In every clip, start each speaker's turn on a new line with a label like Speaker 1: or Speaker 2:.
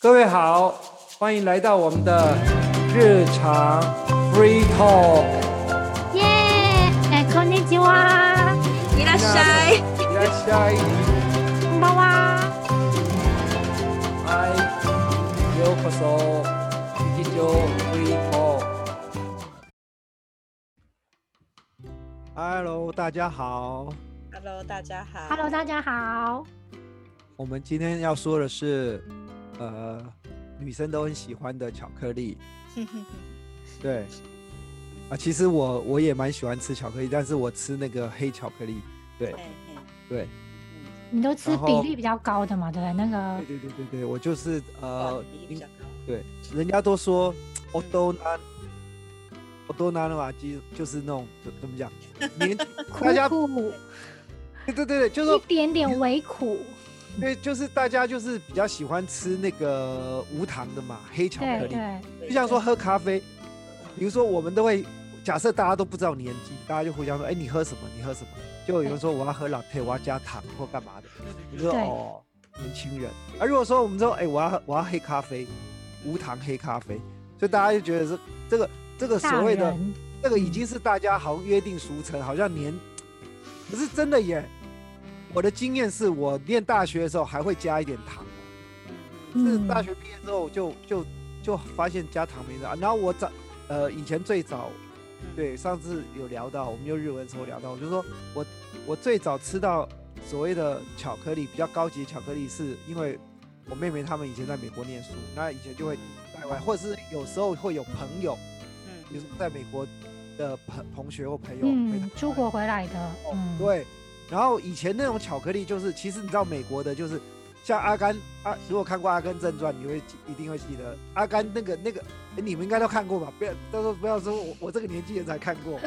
Speaker 1: 各位好，欢迎来到我们的日常 free talk。
Speaker 2: 耶，哎，こんにちは，
Speaker 3: 伊拉塞，
Speaker 1: いらっしゃい。
Speaker 2: こんばんは。
Speaker 1: 嗨，ようこそ。日常 free talk。Hello，大家好。
Speaker 3: Hello，大家好。
Speaker 2: Hello，大家好。
Speaker 1: 我们今天要说的是，呃，女生都很喜欢的巧克力。对，啊，其实我我也蛮喜欢吃巧克力，但是我吃那个黑巧克力。对
Speaker 3: 嘿嘿
Speaker 1: 对
Speaker 2: 你都吃
Speaker 1: 然后
Speaker 2: 比例比较高的嘛，对不对？那个
Speaker 1: 对对对对对，我就是 呃
Speaker 3: 哇，比例嗯比
Speaker 1: 应
Speaker 3: 较高
Speaker 1: 对，人家都说 o d o n a o d o n a 的话，其实就是那种怎怎么讲，年纪大家
Speaker 2: 苦苦
Speaker 1: 对对对对，就是
Speaker 2: 一
Speaker 1: 说
Speaker 2: 点点微苦，
Speaker 1: 对，就是大家就是比较喜欢吃那个无糖的嘛，黑巧克
Speaker 2: 对
Speaker 1: 力。
Speaker 2: 对
Speaker 3: 对
Speaker 1: 就像说喝咖啡，比如说我们都会假设大家都不知道年纪，大家就互相说，哎、你喝什么？你喝什么？就有人说我要喝 latte，我要加糖或干嘛的，你就说
Speaker 2: 对
Speaker 1: 哦，年轻人。而如果说我们说，哎、我要喝我要黑咖啡，无糖黑咖啡，所以大家就觉得是这个这个所
Speaker 2: 大
Speaker 1: 谓的
Speaker 2: 人
Speaker 1: 这个已经是大家好像约定俗成，好像年，可是真的耶。我的经验是我念大学的时候还会加一点糖。是
Speaker 2: 嗯
Speaker 1: 大学毕业之后就就就发现加糖没了。然后我早呃以前最早，对上次有聊到，我们用日文的时候聊到，我就说我我最早吃到所谓的巧克力比较高级的巧克力，是因为我妹妹她们以前在美国念书，那以前就会带外，或者是有时候会有朋友，
Speaker 3: 嗯
Speaker 1: 比如说在美国的朋同学或朋友陪她
Speaker 2: 嗯
Speaker 1: 们，
Speaker 2: 出国回来的，嗯，
Speaker 1: 哦对，然后以前那种巧克力就是，其实你知道美国的就是，像阿甘啊，如果看过《阿甘正传》，你会记一定会记得阿甘那个那个，诶你们应该都看过吧？不要到时候不要说我我这个年纪人才看过，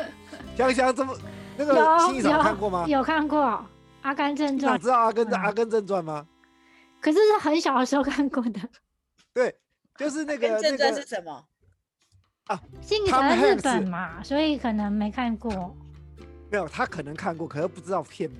Speaker 1: 香香这么那个
Speaker 2: 有
Speaker 1: 新一场看过吗
Speaker 2: 有？有看过《阿甘正传
Speaker 1: 想》，知道阿甘的《
Speaker 2: 嗯
Speaker 1: 阿甘正传》吗？
Speaker 2: 可是是很小的时候看过的。
Speaker 1: 对，就是那个
Speaker 3: 跟
Speaker 1: 那
Speaker 3: 正传是
Speaker 1: 个
Speaker 3: 什么？
Speaker 2: 幸
Speaker 1: 他
Speaker 2: 好
Speaker 1: 们还有
Speaker 2: 日
Speaker 1: 是
Speaker 2: 本嘛，所以可能没看过。
Speaker 1: 没有，他可能看过，可是不知道片名。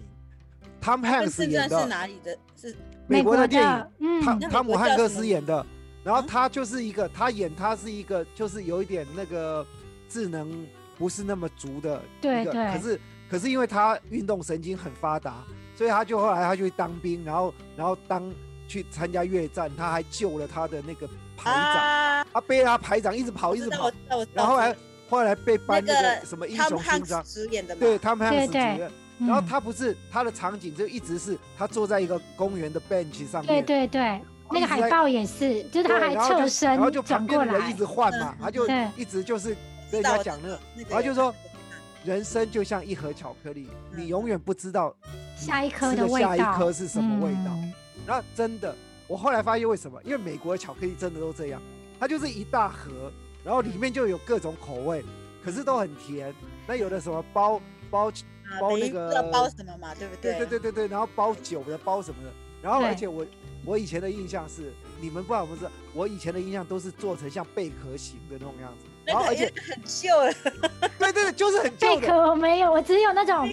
Speaker 1: Tom
Speaker 3: 跟
Speaker 1: Hanks
Speaker 3: 正传
Speaker 1: 演
Speaker 3: 是
Speaker 1: 的
Speaker 3: 哪里的？是
Speaker 1: 美国的
Speaker 2: 的
Speaker 1: 电影，汤
Speaker 2: 嗯，
Speaker 3: 那美
Speaker 1: 汤姆
Speaker 3: 国
Speaker 1: 汉
Speaker 3: 叫
Speaker 1: 克
Speaker 3: 什么
Speaker 1: 斯演的，然后
Speaker 2: 啊
Speaker 3: 嗯
Speaker 1: 他就是一个，他演他是一个，就是有一点那个智能不是那么足的
Speaker 2: 对
Speaker 1: 一个，
Speaker 2: 对
Speaker 1: 可是可是因为他运动神经很发达，所以他就后来他就去当兵，然后然后当去参加越战，他还救了他的那个排长，
Speaker 3: 啊，
Speaker 1: 他背着他排长一直跑
Speaker 3: 我
Speaker 1: 一直
Speaker 3: 知道，
Speaker 1: 跑
Speaker 3: 我，知道，我知道。
Speaker 1: 然后后来后来被
Speaker 3: 那
Speaker 1: 颁那
Speaker 3: 个
Speaker 1: 个什么英
Speaker 3: 汤
Speaker 1: 雄
Speaker 3: 姆
Speaker 1: 勋
Speaker 3: 汉
Speaker 1: 章
Speaker 3: 克，斯演的嘛，
Speaker 1: 对，他们汉
Speaker 2: 对
Speaker 1: 斯主
Speaker 2: 对
Speaker 1: 任。然后
Speaker 2: 嗯
Speaker 1: 他不是他的场景就一直是他坐在一个公园的 bench 上面，
Speaker 2: 嗯对对对，那个
Speaker 1: 一直在
Speaker 2: 海报也是，就是他
Speaker 1: 哦对，
Speaker 2: 还
Speaker 1: 然后就
Speaker 2: 侧身
Speaker 1: 然后就旁
Speaker 2: 转
Speaker 1: 边
Speaker 2: 过
Speaker 1: 的人
Speaker 2: 来
Speaker 1: 一，直换嘛，
Speaker 3: 嗯
Speaker 1: 他就
Speaker 2: 对
Speaker 1: 一直就是
Speaker 3: 知
Speaker 1: 跟人
Speaker 3: 道
Speaker 1: 家
Speaker 3: 我
Speaker 1: 讲那个，
Speaker 3: 那个
Speaker 1: 然后就说人生就像一盒巧克力，
Speaker 3: 嗯
Speaker 1: 你永远不知道
Speaker 2: 下一颗
Speaker 1: 吃
Speaker 2: 的
Speaker 1: 的
Speaker 2: 味道，
Speaker 1: 下一颗是什么味道。
Speaker 2: 嗯
Speaker 1: 那真的，我后来发现为什么？因为美国的巧克力真的都这样，它就是一大盒，然后
Speaker 3: 嗯
Speaker 1: 里面就有各种口味，可是都很甜。那有的什么包包
Speaker 3: 啊
Speaker 1: 包
Speaker 3: 没
Speaker 1: 那
Speaker 3: 不知道
Speaker 1: 个
Speaker 3: 包什么嘛，对不
Speaker 1: 对对
Speaker 3: 对
Speaker 1: 对对对，然后包酒的包什么的，然后
Speaker 2: 对
Speaker 1: 而且我我以前的印象是，你们不知道我们是，我以前的印象都是做成像贝壳形的那种样子，然
Speaker 3: 那
Speaker 1: 后
Speaker 3: 个
Speaker 1: 而
Speaker 3: 因为
Speaker 1: 且
Speaker 3: 很旧了，
Speaker 1: 对对对，就是很旧
Speaker 2: 贝
Speaker 1: 的，
Speaker 2: 壳我没有，我只有 那种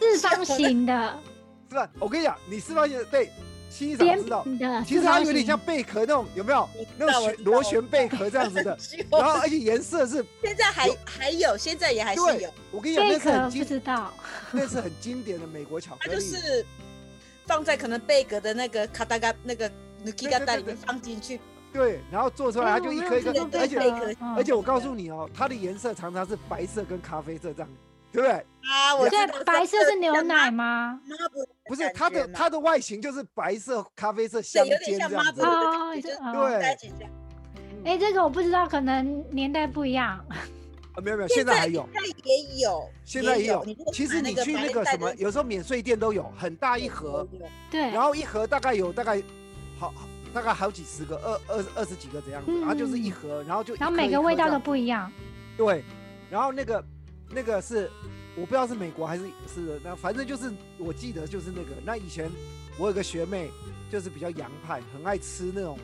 Speaker 2: 四方形的、
Speaker 1: 是吧？我跟你讲，你是发现对，欣赏
Speaker 2: 扁
Speaker 1: 知道，
Speaker 2: 平的，
Speaker 1: 啊其实
Speaker 2: 四
Speaker 1: 它
Speaker 2: 方
Speaker 1: 有点
Speaker 2: 形
Speaker 1: 像贝壳那种，有没有
Speaker 3: 我知？
Speaker 1: 那
Speaker 3: 道
Speaker 1: 种
Speaker 3: 我
Speaker 1: 旋
Speaker 3: 知道
Speaker 1: 螺
Speaker 3: 我知
Speaker 1: 旋贝壳这样子
Speaker 3: 很
Speaker 1: 的，
Speaker 3: 旧。
Speaker 1: 然后而且颜色是，
Speaker 3: 现在还还有，现在也还是
Speaker 1: 对
Speaker 3: 有，
Speaker 1: 我跟你讲，
Speaker 2: 贝
Speaker 1: 那是
Speaker 2: 壳
Speaker 1: 很
Speaker 2: 不
Speaker 1: 经，
Speaker 2: 知道，
Speaker 1: 那是很经典的美国巧
Speaker 3: 它
Speaker 1: 克
Speaker 3: 就
Speaker 1: 力，
Speaker 3: 是放在可能贝壳的那个卡达嘎那个努基嘎达里
Speaker 1: 对对对
Speaker 3: 面放进去，
Speaker 1: 对，然后做出来它就一
Speaker 2: 哦
Speaker 1: 颗一颗
Speaker 3: 吃过，贝
Speaker 1: 而
Speaker 3: 壳
Speaker 1: 且
Speaker 2: 嗯
Speaker 1: 而且我告诉你哦，它的颜色常常是白色跟咖啡色这样，对不对？
Speaker 3: 啊，我
Speaker 2: 对
Speaker 3: 知道
Speaker 2: 白色是牛奶，吗？
Speaker 3: 像抹布
Speaker 1: 不是它的
Speaker 3: 感觉嘛
Speaker 1: 它的外形就是白色、咖啡色相
Speaker 3: 对，有
Speaker 1: 间
Speaker 3: 点像
Speaker 1: 这样子
Speaker 2: 布，
Speaker 3: Marble 的
Speaker 2: 哦
Speaker 3: 感觉，就是
Speaker 2: 哦
Speaker 3: 在一起这样。
Speaker 2: 哎，这个我不知道，可能年代不一样。
Speaker 1: 啊没有没有，现在还有，
Speaker 3: 现在也有，
Speaker 1: 现在也有
Speaker 3: 你如果。
Speaker 1: 其实
Speaker 3: 买
Speaker 1: 你去
Speaker 3: 白
Speaker 1: 那个
Speaker 3: 带
Speaker 1: 什么，
Speaker 3: 的
Speaker 1: 有时候免税店都有很大一盒，
Speaker 3: 有有
Speaker 2: 对，
Speaker 1: 然后一盒大概有大概好好大概好几十个，二二二十几个这样子，
Speaker 2: 嗯
Speaker 1: 然后就是一盒，然后就一
Speaker 2: 然后
Speaker 1: 颗
Speaker 2: 每
Speaker 1: 一
Speaker 2: 个
Speaker 1: 颗
Speaker 2: 味道
Speaker 1: 这
Speaker 2: 都
Speaker 1: 样
Speaker 2: 不一样。
Speaker 1: 对，然后那个那个是我不知道是美国还是是那反正就是我记得就是那个那以前我有个学妹就是比较洋派，很爱吃那种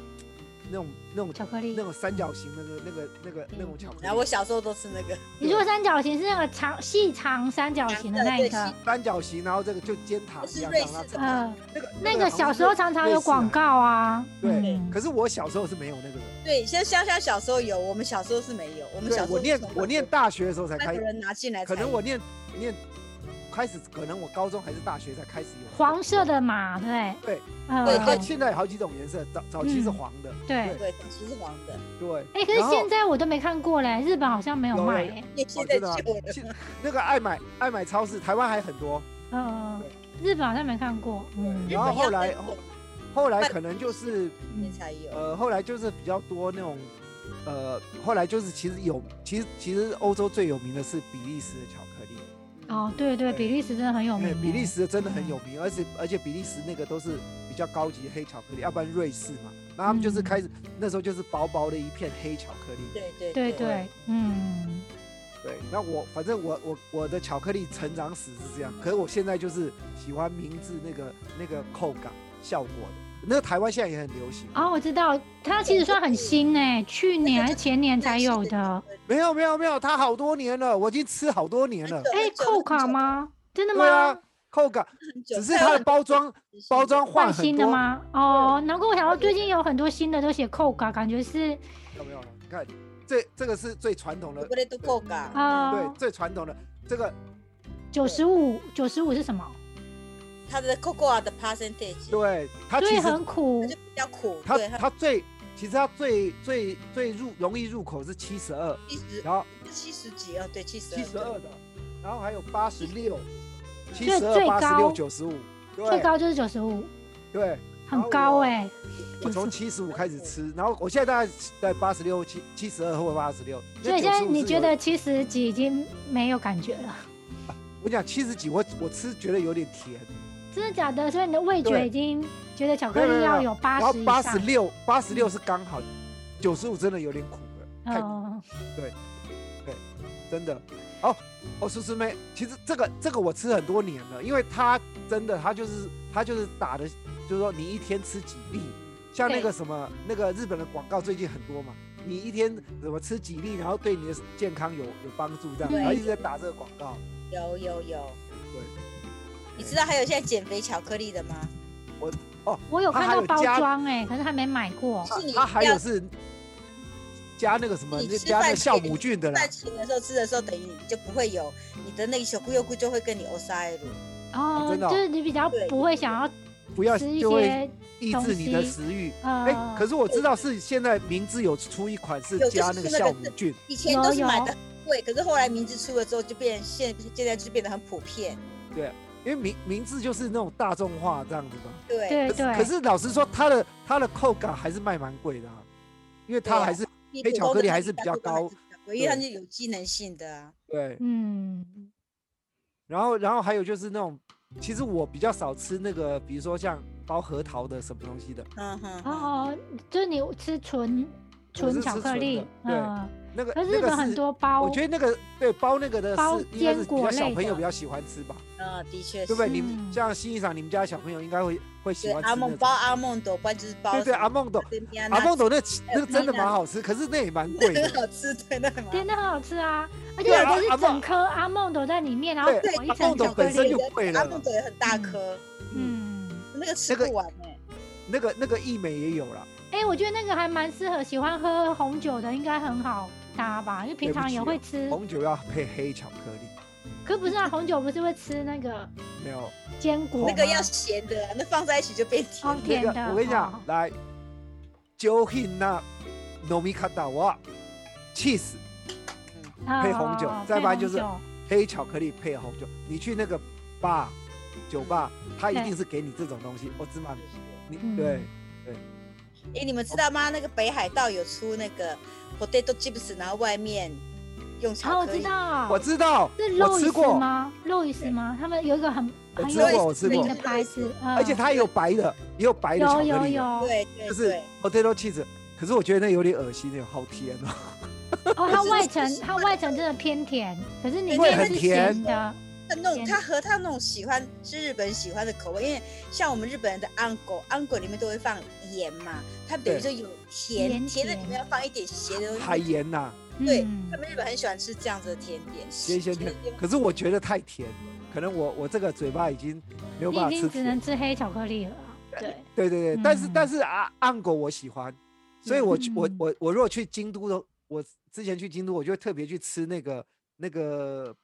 Speaker 1: 那种那种
Speaker 2: 巧克力
Speaker 1: 那。种三角形那个那个那个那种巧克
Speaker 3: 嗯然后我
Speaker 1: 力，
Speaker 3: 小时候都吃那个，
Speaker 2: 你说三角形是那个长细长三角形的那一个，
Speaker 1: 三角形，然后这个就煎塔一样让它
Speaker 3: 这是瑞士的
Speaker 1: 成
Speaker 2: 呃，
Speaker 1: 那个
Speaker 2: 那个
Speaker 1: 好像
Speaker 2: 小
Speaker 1: 是
Speaker 2: 时候常常有广告啊。
Speaker 1: 瑞士的，对。
Speaker 2: 嗯
Speaker 1: 可是我小时候是没有那个的，
Speaker 3: 对，像香香小时候有，我们小时候是没有，我们
Speaker 1: 对
Speaker 3: 小时候
Speaker 1: 我念
Speaker 3: 是从
Speaker 1: 我念大学的时候才
Speaker 3: 外
Speaker 1: 开
Speaker 3: 国，人拿进来才
Speaker 1: 可
Speaker 3: 有，
Speaker 1: 能我念念开始，可能我高中还是大学才开始有
Speaker 2: 黄色。的嘛，对不
Speaker 1: 对
Speaker 2: 对，呃
Speaker 3: 对
Speaker 1: 对，现在有好几种颜色，早早期是
Speaker 2: 嗯
Speaker 1: 黄的，
Speaker 2: 对。
Speaker 3: 对，早期是黄的，
Speaker 1: 对。
Speaker 2: 哎，可是
Speaker 1: 然后
Speaker 2: 现在我都没看过嘞，日本好像没有
Speaker 1: 有
Speaker 2: 卖
Speaker 1: 有
Speaker 2: 哎，
Speaker 3: 你现
Speaker 1: 哦
Speaker 3: 在
Speaker 1: 真的啊
Speaker 3: 旧了，
Speaker 1: 现那个爱买爱买超市，台湾还很多。
Speaker 2: 嗯，日本好像没看过，嗯，
Speaker 1: 然后后来
Speaker 3: 日本要
Speaker 1: 后来可能就是
Speaker 2: 嗯
Speaker 3: 你才有，
Speaker 1: 呃，后来就是比较多那种，呃，后来就是其实有，其实其实欧洲最有名的是比利时的巧克力，
Speaker 2: 哦，对对，
Speaker 1: 对
Speaker 2: 比利时真的很有
Speaker 1: 因为
Speaker 2: 名，
Speaker 1: 比利时的真的很
Speaker 2: 嗯
Speaker 1: 有名，而且而且比利时那个都是比较高级的黑巧克力，要不然瑞士嘛，然后他们就是
Speaker 2: 嗯
Speaker 1: 开始、那时候就是薄薄的一片黑巧克力，
Speaker 3: 对对
Speaker 2: 哎，对
Speaker 3: 对，
Speaker 2: 对，嗯，
Speaker 1: 对，那我反正我我我的巧克力成长史是这样，可是我现在就是喜欢明治那个那个口感效果的，那个台湾现在也很流行，
Speaker 2: 哦，我知道，它其实算很新哎，去年还是前年才有的，哦
Speaker 1: 没有没有没有，它好多年了，我已经吃好多年了。
Speaker 2: 哎，扣卡？吗？真的
Speaker 1: 对啊
Speaker 2: 吗？，
Speaker 1: 扣感
Speaker 3: 很久
Speaker 1: 只是它的包装包，装换
Speaker 2: 换
Speaker 1: 很
Speaker 2: 新
Speaker 1: 多
Speaker 2: 的，吗？哦，难怪我想到最近有很多新的都写扣卡，感觉是
Speaker 1: 有没有？你看，这这个是最传统的，
Speaker 3: 我都够噶，
Speaker 2: 啊，
Speaker 1: 对，最传统的这个
Speaker 2: 九十五九十五是什么？
Speaker 3: 它的 cocoa 的
Speaker 2: 哦
Speaker 3: percentage
Speaker 1: 对它
Speaker 2: 所以
Speaker 1: 其实
Speaker 2: 很苦
Speaker 3: 它就，比较苦，
Speaker 1: 它
Speaker 3: 对，它
Speaker 1: 它最其实它最最最入容易入口是七十二，
Speaker 3: 七十
Speaker 1: 然后
Speaker 3: 七十几哦，对，七十
Speaker 1: 七十二的，然后还有八十六、七
Speaker 2: 最
Speaker 1: 十二、
Speaker 2: 最
Speaker 1: 八十六、
Speaker 2: 高
Speaker 1: 九十五，
Speaker 2: 最
Speaker 1: 对
Speaker 2: 高就是九十五，
Speaker 1: 对，
Speaker 2: 很高哎、
Speaker 1: 我从七十五开始吃，然后我现在大概在八十六、七七十二或八十六，
Speaker 2: 所以现在你觉
Speaker 1: 得？
Speaker 2: 得七十几已经没有感觉了，
Speaker 1: 我讲七十几，我我吃觉得有点甜，
Speaker 2: 真的假的？所以你的味觉
Speaker 1: 对
Speaker 2: 已经觉得巧克
Speaker 1: 没有
Speaker 2: 力
Speaker 1: 没有
Speaker 2: 要
Speaker 1: 没有
Speaker 2: 有八
Speaker 1: 然后
Speaker 2: 十以
Speaker 1: 八
Speaker 2: 上。
Speaker 1: 十六八十六是刚好，九十五真的有点苦了，太苦
Speaker 2: 哦，
Speaker 1: 真的。哦哦，苏师妹，其实这个这个我吃很多年了，因为它真的它就是它就是打的，就是说你一天吃几粒，像那
Speaker 2: 对
Speaker 1: 个什么那个日本的广告最近很多嘛，你一天怎么吃几粒，然后对你的健康有有帮助这样，
Speaker 2: 对
Speaker 1: 然后一直在打这个广告。
Speaker 3: 有有有，你知道还有现在减肥巧克力的吗？
Speaker 2: 我有
Speaker 1: 它
Speaker 2: 看
Speaker 1: 还
Speaker 2: 到
Speaker 1: 有
Speaker 2: 包
Speaker 1: 加
Speaker 2: 装哎、可是还没买过。
Speaker 3: 是你
Speaker 1: 它啊还
Speaker 3: 要
Speaker 1: 有是加那个什么
Speaker 3: 你吃
Speaker 1: 加那
Speaker 3: 饭
Speaker 1: 个酵
Speaker 3: 前
Speaker 1: 母菌的啦
Speaker 3: 在。吃的时候吃的时候，等于你就不会有你的那个小咕悠咕就会跟你 o s a
Speaker 2: 哦，
Speaker 1: 真的哦
Speaker 2: 就是你比较
Speaker 3: 对
Speaker 2: 不会想要
Speaker 1: 不要
Speaker 2: 吃一
Speaker 1: 就会
Speaker 2: 些
Speaker 1: 抑制你的食欲。
Speaker 2: 呃，
Speaker 1: 哎、可是我知道是现在明治有出一款是加那个酵母菌，
Speaker 3: 以前都是买的很贵，可是后来名字出了之后，就变现现在就变得很普遍。
Speaker 1: 因为明明治就是那种大众化这样子嘛。
Speaker 3: 对，
Speaker 2: 对
Speaker 1: 可是
Speaker 2: 哎对，
Speaker 1: 可是老实说，它的它的口感还是卖蛮贵的、啊，因为它还是
Speaker 3: 你
Speaker 1: 黑
Speaker 3: 普
Speaker 1: 巧
Speaker 3: 通
Speaker 1: 克
Speaker 3: 的
Speaker 1: 力
Speaker 3: 那
Speaker 1: 还
Speaker 3: 个
Speaker 1: 是比较
Speaker 3: 价格
Speaker 1: 高
Speaker 3: 还是比较贵因为它是有机能性的啊。
Speaker 1: 对。
Speaker 2: 嗯，
Speaker 1: 然后然后还有就是那种，其实我比较少吃那个，比如说像包核桃的什么东西的，
Speaker 3: 嗯哼哼，
Speaker 2: 哦，就是你吃纯
Speaker 1: 我是
Speaker 2: 纯
Speaker 1: 吃
Speaker 2: 巧克
Speaker 1: 纯
Speaker 2: 力
Speaker 1: 的，对
Speaker 2: 嗯，
Speaker 1: 那个
Speaker 2: 可是
Speaker 1: 那
Speaker 2: 日
Speaker 1: 个
Speaker 2: 本
Speaker 1: 是
Speaker 2: 很多包，
Speaker 1: 我觉得那个对包那个的
Speaker 2: 包
Speaker 1: 是应该是比
Speaker 2: 坚
Speaker 1: 较
Speaker 2: 果
Speaker 1: 小
Speaker 2: 类
Speaker 1: 朋友
Speaker 2: 的
Speaker 1: 比较喜欢吃吧，
Speaker 3: 嗯，的
Speaker 1: 对
Speaker 3: 确是
Speaker 1: 不。对？你们
Speaker 2: 嗯
Speaker 1: 像欣欣赏你们家的小朋友应该会会喜
Speaker 3: 对，
Speaker 1: 欢吃
Speaker 3: 阿
Speaker 1: 那
Speaker 3: 梦
Speaker 1: 种
Speaker 3: 包啊阿梦朵，不然就是包
Speaker 1: 对对，
Speaker 3: 什么
Speaker 1: 阿梦 豆，
Speaker 3: 跟米亚
Speaker 1: 阿
Speaker 3: 娜
Speaker 1: 梦豆那其
Speaker 3: 还有
Speaker 1: 那个真的蛮好吃，可是那也蛮贵
Speaker 3: 很
Speaker 1: 的。
Speaker 3: 好吃，对，那很好
Speaker 2: 对，那很好吃啊，而且
Speaker 1: 对
Speaker 2: 有
Speaker 1: 啊
Speaker 2: 的
Speaker 1: 阿
Speaker 2: 是
Speaker 1: 嬷
Speaker 2: 整颗阿梦都在里面，然后
Speaker 1: 对
Speaker 2: 裹一
Speaker 1: 阿
Speaker 2: 层
Speaker 1: 梦豆
Speaker 2: 巧克
Speaker 1: 本身
Speaker 2: 力
Speaker 1: 就，贵了
Speaker 3: 阿梦朵也很大颗，
Speaker 2: 嗯。
Speaker 3: 那个吃
Speaker 1: 那个
Speaker 3: 不完
Speaker 2: 欸
Speaker 3: 哎。
Speaker 1: 那个那个益美也有啦，
Speaker 2: 哎、我觉得那个还蛮适合喜欢喝红酒的，应该很好搭吧？因为平
Speaker 1: 对不
Speaker 2: 常
Speaker 1: 起
Speaker 2: 也
Speaker 1: 哦
Speaker 2: 会吃，
Speaker 1: 红酒要配黑巧克力，
Speaker 2: 可不是啊，红酒不是会吃那个
Speaker 1: 没有
Speaker 2: 坚果
Speaker 3: 那个
Speaker 2: 吗
Speaker 3: 要咸的啊，那放在一起就变
Speaker 2: 哦
Speaker 1: 那
Speaker 2: 甜
Speaker 3: 甜。
Speaker 1: 个
Speaker 2: 的。
Speaker 1: 我跟你
Speaker 2: 哦
Speaker 1: 讲，，来，酒品那糯米卡达瓦，cheese 配红酒
Speaker 2: 哦
Speaker 1: 再不然就是
Speaker 2: 配红酒
Speaker 1: 黑巧克力配红酒，你去那个 bar 酒吧，他一
Speaker 2: 对
Speaker 1: 定是给你这种东西。我只买你
Speaker 2: 嗯
Speaker 1: 对，
Speaker 3: 哎，你们知道吗？那个北海道有出那个 potato chips，然后外面用
Speaker 2: 哦，
Speaker 3: 巧
Speaker 2: 我
Speaker 3: 克
Speaker 2: 知
Speaker 3: 力。
Speaker 2: 道，
Speaker 1: 我知道
Speaker 2: 是，
Speaker 1: 我吃
Speaker 2: Louis
Speaker 1: 过，
Speaker 2: 吗？Louis 吗？他们有一个很
Speaker 1: 我
Speaker 2: 很
Speaker 1: 吃
Speaker 2: 有
Speaker 1: 过我吃
Speaker 2: 名
Speaker 1: 过
Speaker 2: 的牌子，嗯
Speaker 1: 而且它也有白的，也有白的巧克
Speaker 2: 有
Speaker 1: 力的，
Speaker 2: 有有，哦，
Speaker 3: 对对
Speaker 1: 就
Speaker 3: 对，
Speaker 1: 是 potato cheese。可是我觉得那有点恶心，好甜哦。
Speaker 2: 它外层它外层真的偏甜，可是里
Speaker 1: 会
Speaker 2: 面
Speaker 1: 很
Speaker 2: 是
Speaker 1: 甜
Speaker 2: 咸的，
Speaker 3: 的那种，
Speaker 2: 煎
Speaker 3: 它和它那种喜欢是日本喜欢的口味，因为像我们日本人的安狗，安狗里面都会放盐嘛，它等于
Speaker 1: 对
Speaker 3: 就有甜，
Speaker 2: 盐
Speaker 3: 甜的
Speaker 2: 甜
Speaker 3: 里面要放一点咸的东西。
Speaker 1: 海盐呐、
Speaker 3: 对
Speaker 2: 嗯
Speaker 3: 他们日本很喜欢吃这样子的甜点，
Speaker 1: 咸咸甜。可是我觉得太甜，可能我我这个嘴巴已经没有
Speaker 2: 你
Speaker 1: 办
Speaker 2: 已
Speaker 1: 法吃
Speaker 2: 经只能
Speaker 1: 甜。嗯
Speaker 2: 吃黑巧克力了啊。对，
Speaker 1: 对对对，但是但
Speaker 2: 嗯
Speaker 1: 是啊，暗狗我喜欢，所以我去我
Speaker 2: 嗯
Speaker 1: 我我如果去京都的，我之前去京都，我就会特别去吃那个那个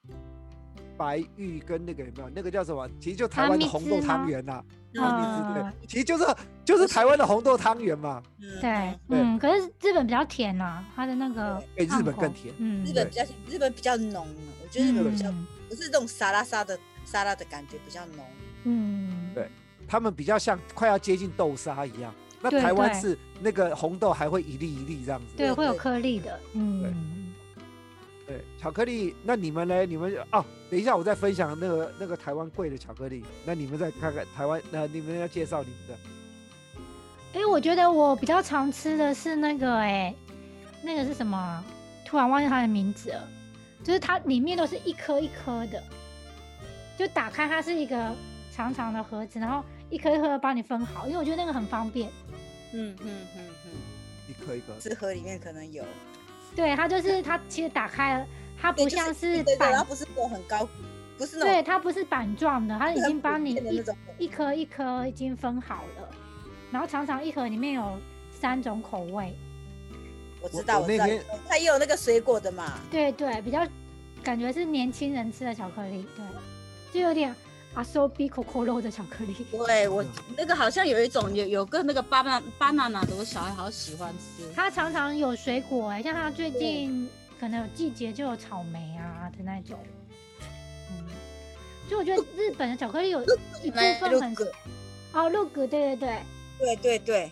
Speaker 1: 白玉跟那个有没有那个叫什么？其实就台
Speaker 2: 阿
Speaker 1: 湾的
Speaker 2: 密
Speaker 1: 红
Speaker 2: 汁
Speaker 1: 豆
Speaker 2: 吗
Speaker 1: 汤圆呐，阿
Speaker 3: 嗯
Speaker 1: 密汁
Speaker 2: 啊
Speaker 1: 对，其实就是就是台湾的红豆汤圆嘛。
Speaker 3: 嗯
Speaker 2: 对，
Speaker 1: 对
Speaker 2: 嗯，可是日本比较甜啊，它的那个
Speaker 1: 对日本
Speaker 2: 汉堡
Speaker 1: 更甜
Speaker 2: 嗯，
Speaker 3: 日本比较甜日本比较浓啊，我觉得日本比较
Speaker 2: 嗯
Speaker 3: 不是那种沙拉沙的沙拉的感觉比较浓。
Speaker 2: 嗯，
Speaker 1: 对他们比较像快要接近豆沙一样。那
Speaker 2: 对
Speaker 1: 台湾
Speaker 2: 对
Speaker 1: 是那个红豆还会一粒一粒这样子。
Speaker 2: 对，
Speaker 3: 对
Speaker 2: 会有
Speaker 3: 对
Speaker 2: 颗粒的，嗯，
Speaker 1: 对，巧克力。那你们呢？你们哦，等一下我再分享那个那个台湾贵的巧克力。那你们再看看台湾，那、你们要介绍你们的
Speaker 2: 哎，我觉得我比较常吃的是那个，哎，那个是什么啊？突然忘记它的名字了，就是它里面都是一颗一颗的，就打开它是一个长长的盒子，然后一颗一颗地帮你分好，因为我觉得那个很方便。
Speaker 3: 嗯嗯嗯嗯，
Speaker 1: 一颗一颗。
Speaker 3: 纸盒里面可能有，
Speaker 2: 对，它就是它其实打开了，它
Speaker 3: 对
Speaker 2: 不像
Speaker 3: 就是
Speaker 2: 是
Speaker 3: 对对，
Speaker 2: 板
Speaker 3: 然后不是那种很高，不是那种
Speaker 2: 对，它不是板状的，它已经帮你
Speaker 3: 很普遍的那种
Speaker 2: 一一颗一颗已经分好了，然后常常一盒里面有三种口味，
Speaker 3: 我知道，
Speaker 1: 我
Speaker 3: 我
Speaker 1: 我
Speaker 3: 知道
Speaker 1: 那天，
Speaker 3: 它也有那个水果的嘛。
Speaker 2: 对对，比较感觉是年轻人吃的巧克力，对，就有点阿 so b coco 肉的巧克力，
Speaker 4: 对
Speaker 1: 嗯
Speaker 4: 我那个好像有一种有有个那个巴拿巴拿拿的，我小孩好喜欢吃。
Speaker 2: 它常常有水果、欸，像它最近可能有季节就有草莓啊的那种，嗯，就我觉得日本的巧克力有一部分很
Speaker 3: 个，
Speaker 2: 哦，露骨，对对对。
Speaker 3: 对对对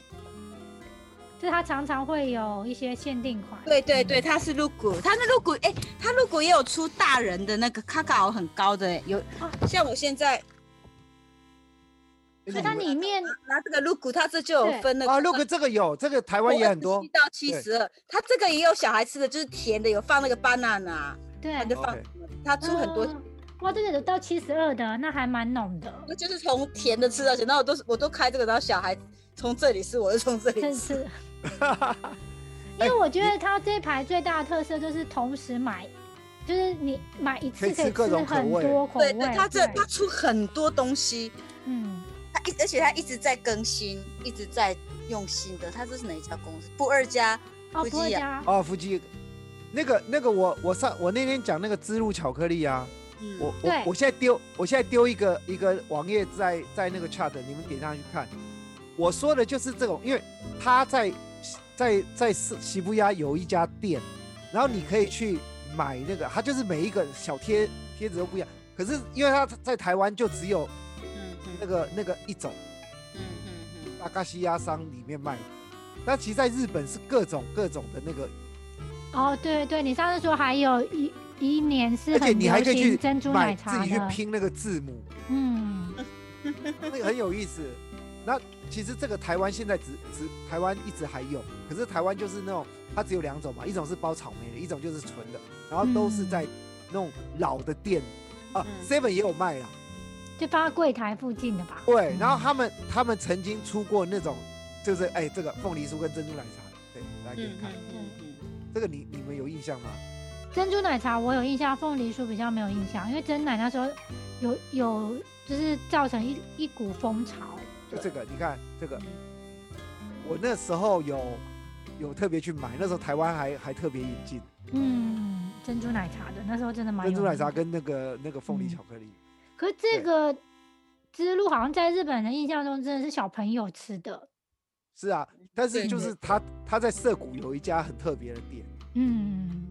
Speaker 2: 就它常常会有一些限定款，嗯
Speaker 4: 对对对，它是露骨，它那露骨，哎、它露骨也有出大人的那个卡卡很高的、哎有
Speaker 2: 哦
Speaker 3: 像我现在
Speaker 1: 诶
Speaker 2: 所以它
Speaker 1: 哎你们
Speaker 2: 里面
Speaker 4: 拿这个露骨，它这就有分那个
Speaker 1: 啊，六个这个有，这个台湾也很多
Speaker 4: 七。到七十二，它这个也有小孩吃的，就是甜的，有放那个 banana，
Speaker 2: 对，
Speaker 4: 它就放
Speaker 1: OK，
Speaker 4: 它出很多，
Speaker 2: 嗯哇，这个有到七十二的，那还蛮 浓的。
Speaker 4: 那就是从甜的吃到咸，那我都是我都开这个，然后小孩从这里吃，我就从这
Speaker 2: 真
Speaker 4: 里吃。
Speaker 2: 是，因
Speaker 1: 哎
Speaker 2: 为我觉得它这一排最大的特色就是同时买，就是你买一次
Speaker 1: 可以吃
Speaker 2: 以
Speaker 1: 各
Speaker 2: 吃
Speaker 1: 种口
Speaker 2: 很
Speaker 1: 味
Speaker 2: 多口
Speaker 4: 对
Speaker 2: 味。
Speaker 4: 对，它这
Speaker 2: 对
Speaker 4: 它出很多东西，
Speaker 2: 嗯，
Speaker 3: 它一而且它一直在更新，一直在用新的。它这是哪一家公司？不二家。
Speaker 2: 哦，
Speaker 3: 不
Speaker 2: 不会
Speaker 3: 羁
Speaker 2: 加，
Speaker 1: 哦，夫妻，那个那个我我上我那天讲那个芝露巧克力啊，
Speaker 4: 嗯，
Speaker 1: 我我
Speaker 2: 对
Speaker 1: 我现在丢我现在丢一个一个网页在在那个 chat，你们点上去看。我说的就是这种，因为他在在在西西布亚有一家店，然后你可以去买那个，它就是每一个小贴贴纸都不一样。可是因为它在台湾就只有
Speaker 3: 嗯嗯
Speaker 1: 那个那个一种
Speaker 3: 嗯嗯
Speaker 1: 大咖西亚商里面卖的，那其实在日本是各种各种的那个，
Speaker 2: 哦，对对对，你上次说还有一一年是
Speaker 1: 而且
Speaker 2: 很
Speaker 1: 你还可
Speaker 2: 流
Speaker 1: 以
Speaker 2: 行
Speaker 1: 去
Speaker 2: 珍珠
Speaker 1: 买
Speaker 2: 奶
Speaker 1: 自
Speaker 2: 茶
Speaker 1: 己去
Speaker 2: 的，
Speaker 1: 拼那个字母。
Speaker 2: 嗯，
Speaker 1: 那个很有意思。那其实这个台湾现在只只台湾一直还有，可是台湾就是那种它只有两种嘛，一种是包草莓的，一种就是纯的，然后都是
Speaker 2: 嗯
Speaker 1: 在那种老的店、啊
Speaker 3: 嗯
Speaker 1: ，Seven 也有卖啦。
Speaker 2: 就放在柜台附近的吧。
Speaker 1: 对，
Speaker 2: 嗯
Speaker 1: 然后他们他们曾经出过那种，就是哎、这个凤梨酥跟珍珠奶茶，对，来给你
Speaker 3: 嗯
Speaker 1: 看，
Speaker 3: 嗯嗯，
Speaker 1: 这个你你们有印象吗？
Speaker 2: 珍珠奶茶我有印象，凤梨酥比较没有印象，因为真奶那时候有有就是造成一一股风潮。
Speaker 1: 就这个，你看这个，我那时候有有特别去买，那时候台湾还还特别引进
Speaker 2: 嗯，珍珠奶茶的那时候真的蛮
Speaker 1: 珍
Speaker 2: 有名
Speaker 1: 珠
Speaker 2: 的
Speaker 1: 奶茶，跟那个那个凤梨
Speaker 2: 嗯
Speaker 1: 巧克力。
Speaker 2: 可是这个之路好像在日本人印象中真的是小朋友吃的。
Speaker 1: 是啊，但是
Speaker 4: 对
Speaker 1: 就
Speaker 4: 对
Speaker 1: 是他他在涩谷有一家很特别的店，
Speaker 2: 嗯，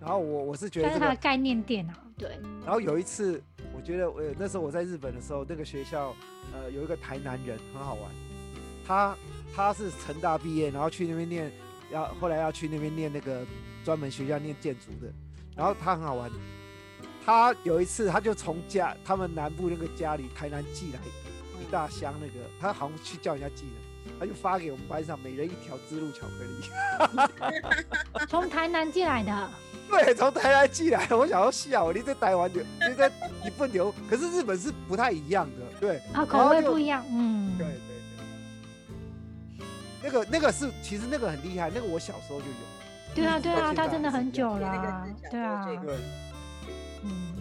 Speaker 1: 然后我我是觉得
Speaker 2: 但是
Speaker 1: 这
Speaker 2: 它的
Speaker 1: 个，
Speaker 2: 概念店啊，对，
Speaker 1: 然后有一次我觉得我那时候我在日本的时候，那个学校呃有一个台南人很好玩，他他是成大毕业，然后去那边念，要后来要去那边念那个专门学校念建筑的，然后他很好玩，他有一次他就从家他们南部那个家里台南寄来一大箱那个，他好像去叫人家寄的，他就发给我们班上每人一条之路巧克力。
Speaker 2: 从台南寄来的。啊
Speaker 1: 对，从台湾寄来，我想要笑，你在台湾牛，你在一份牛，可是日本是不太一样的，对，
Speaker 2: 啊，
Speaker 1: 然
Speaker 2: 口
Speaker 1: 后
Speaker 2: 味
Speaker 1: 就
Speaker 2: 不一样，嗯，
Speaker 1: 对对对，那个那个是，其实那个很厉害，那个我小时候就有，
Speaker 2: 对啊，
Speaker 1: 一直
Speaker 2: 对
Speaker 1: 到
Speaker 2: 啊，
Speaker 1: 现
Speaker 2: 它
Speaker 1: 在
Speaker 2: 真的
Speaker 1: 还是
Speaker 2: 很
Speaker 1: 一样
Speaker 2: 久
Speaker 3: 对那个
Speaker 2: 啦
Speaker 3: 是小，
Speaker 2: 对
Speaker 3: 时候
Speaker 2: 啊
Speaker 3: 最，
Speaker 1: 对。
Speaker 2: 嗯，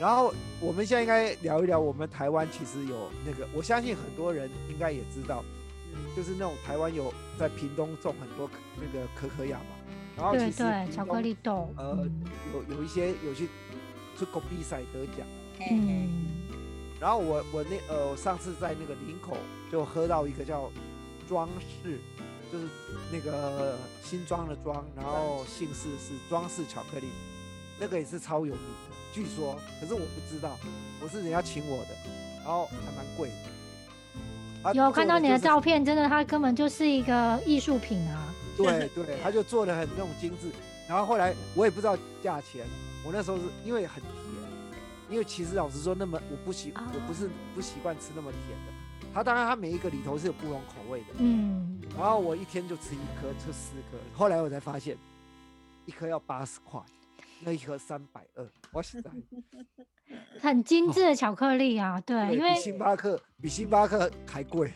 Speaker 1: 然后我们现在应该聊一聊，我们台湾其实有那个，我相信很多人应该也知道，
Speaker 2: 嗯
Speaker 1: 就是那种台湾有在屏东种很多可那个可可亚嘛，然后
Speaker 2: 对
Speaker 1: 其实
Speaker 2: 对，
Speaker 1: 屏
Speaker 2: 巧克
Speaker 1: 东
Speaker 2: 力豆，
Speaker 1: 呃
Speaker 2: 嗯
Speaker 1: 有有一些有去出国比赛得奖。
Speaker 3: 嘿嘿
Speaker 2: 嗯，
Speaker 1: 然后我我那呃，我上次在那个林口就喝到一个叫装饰，就是那个新装的装，然后姓氏是装饰巧克力，那个也是超有名的，据说，可是我不知道，我是人家请我的，然后还蛮贵的。啊
Speaker 2: 有看到你的，照
Speaker 1: 做
Speaker 2: 片，真的，它根本就是一个艺术品啊，
Speaker 1: 就是对对，他就做的很那种精致，然后后来我也不知道价钱，我那时候是因为很甜。因为其实老实说，那么我不喜，
Speaker 2: 啊
Speaker 1: 我不是不习惯吃那么甜的。它当然它每一个里头是有不同口味的，
Speaker 2: 嗯，
Speaker 1: 然后我一天就吃一颗，吃四颗。后来我才发现，一颗要八十块，那一颗三百二。我实
Speaker 2: 嗯
Speaker 1: 在
Speaker 2: 很精致的巧克力啊，对，
Speaker 1: 对
Speaker 2: 因
Speaker 1: 比
Speaker 2: 为
Speaker 1: 星巴克比星巴克还贵。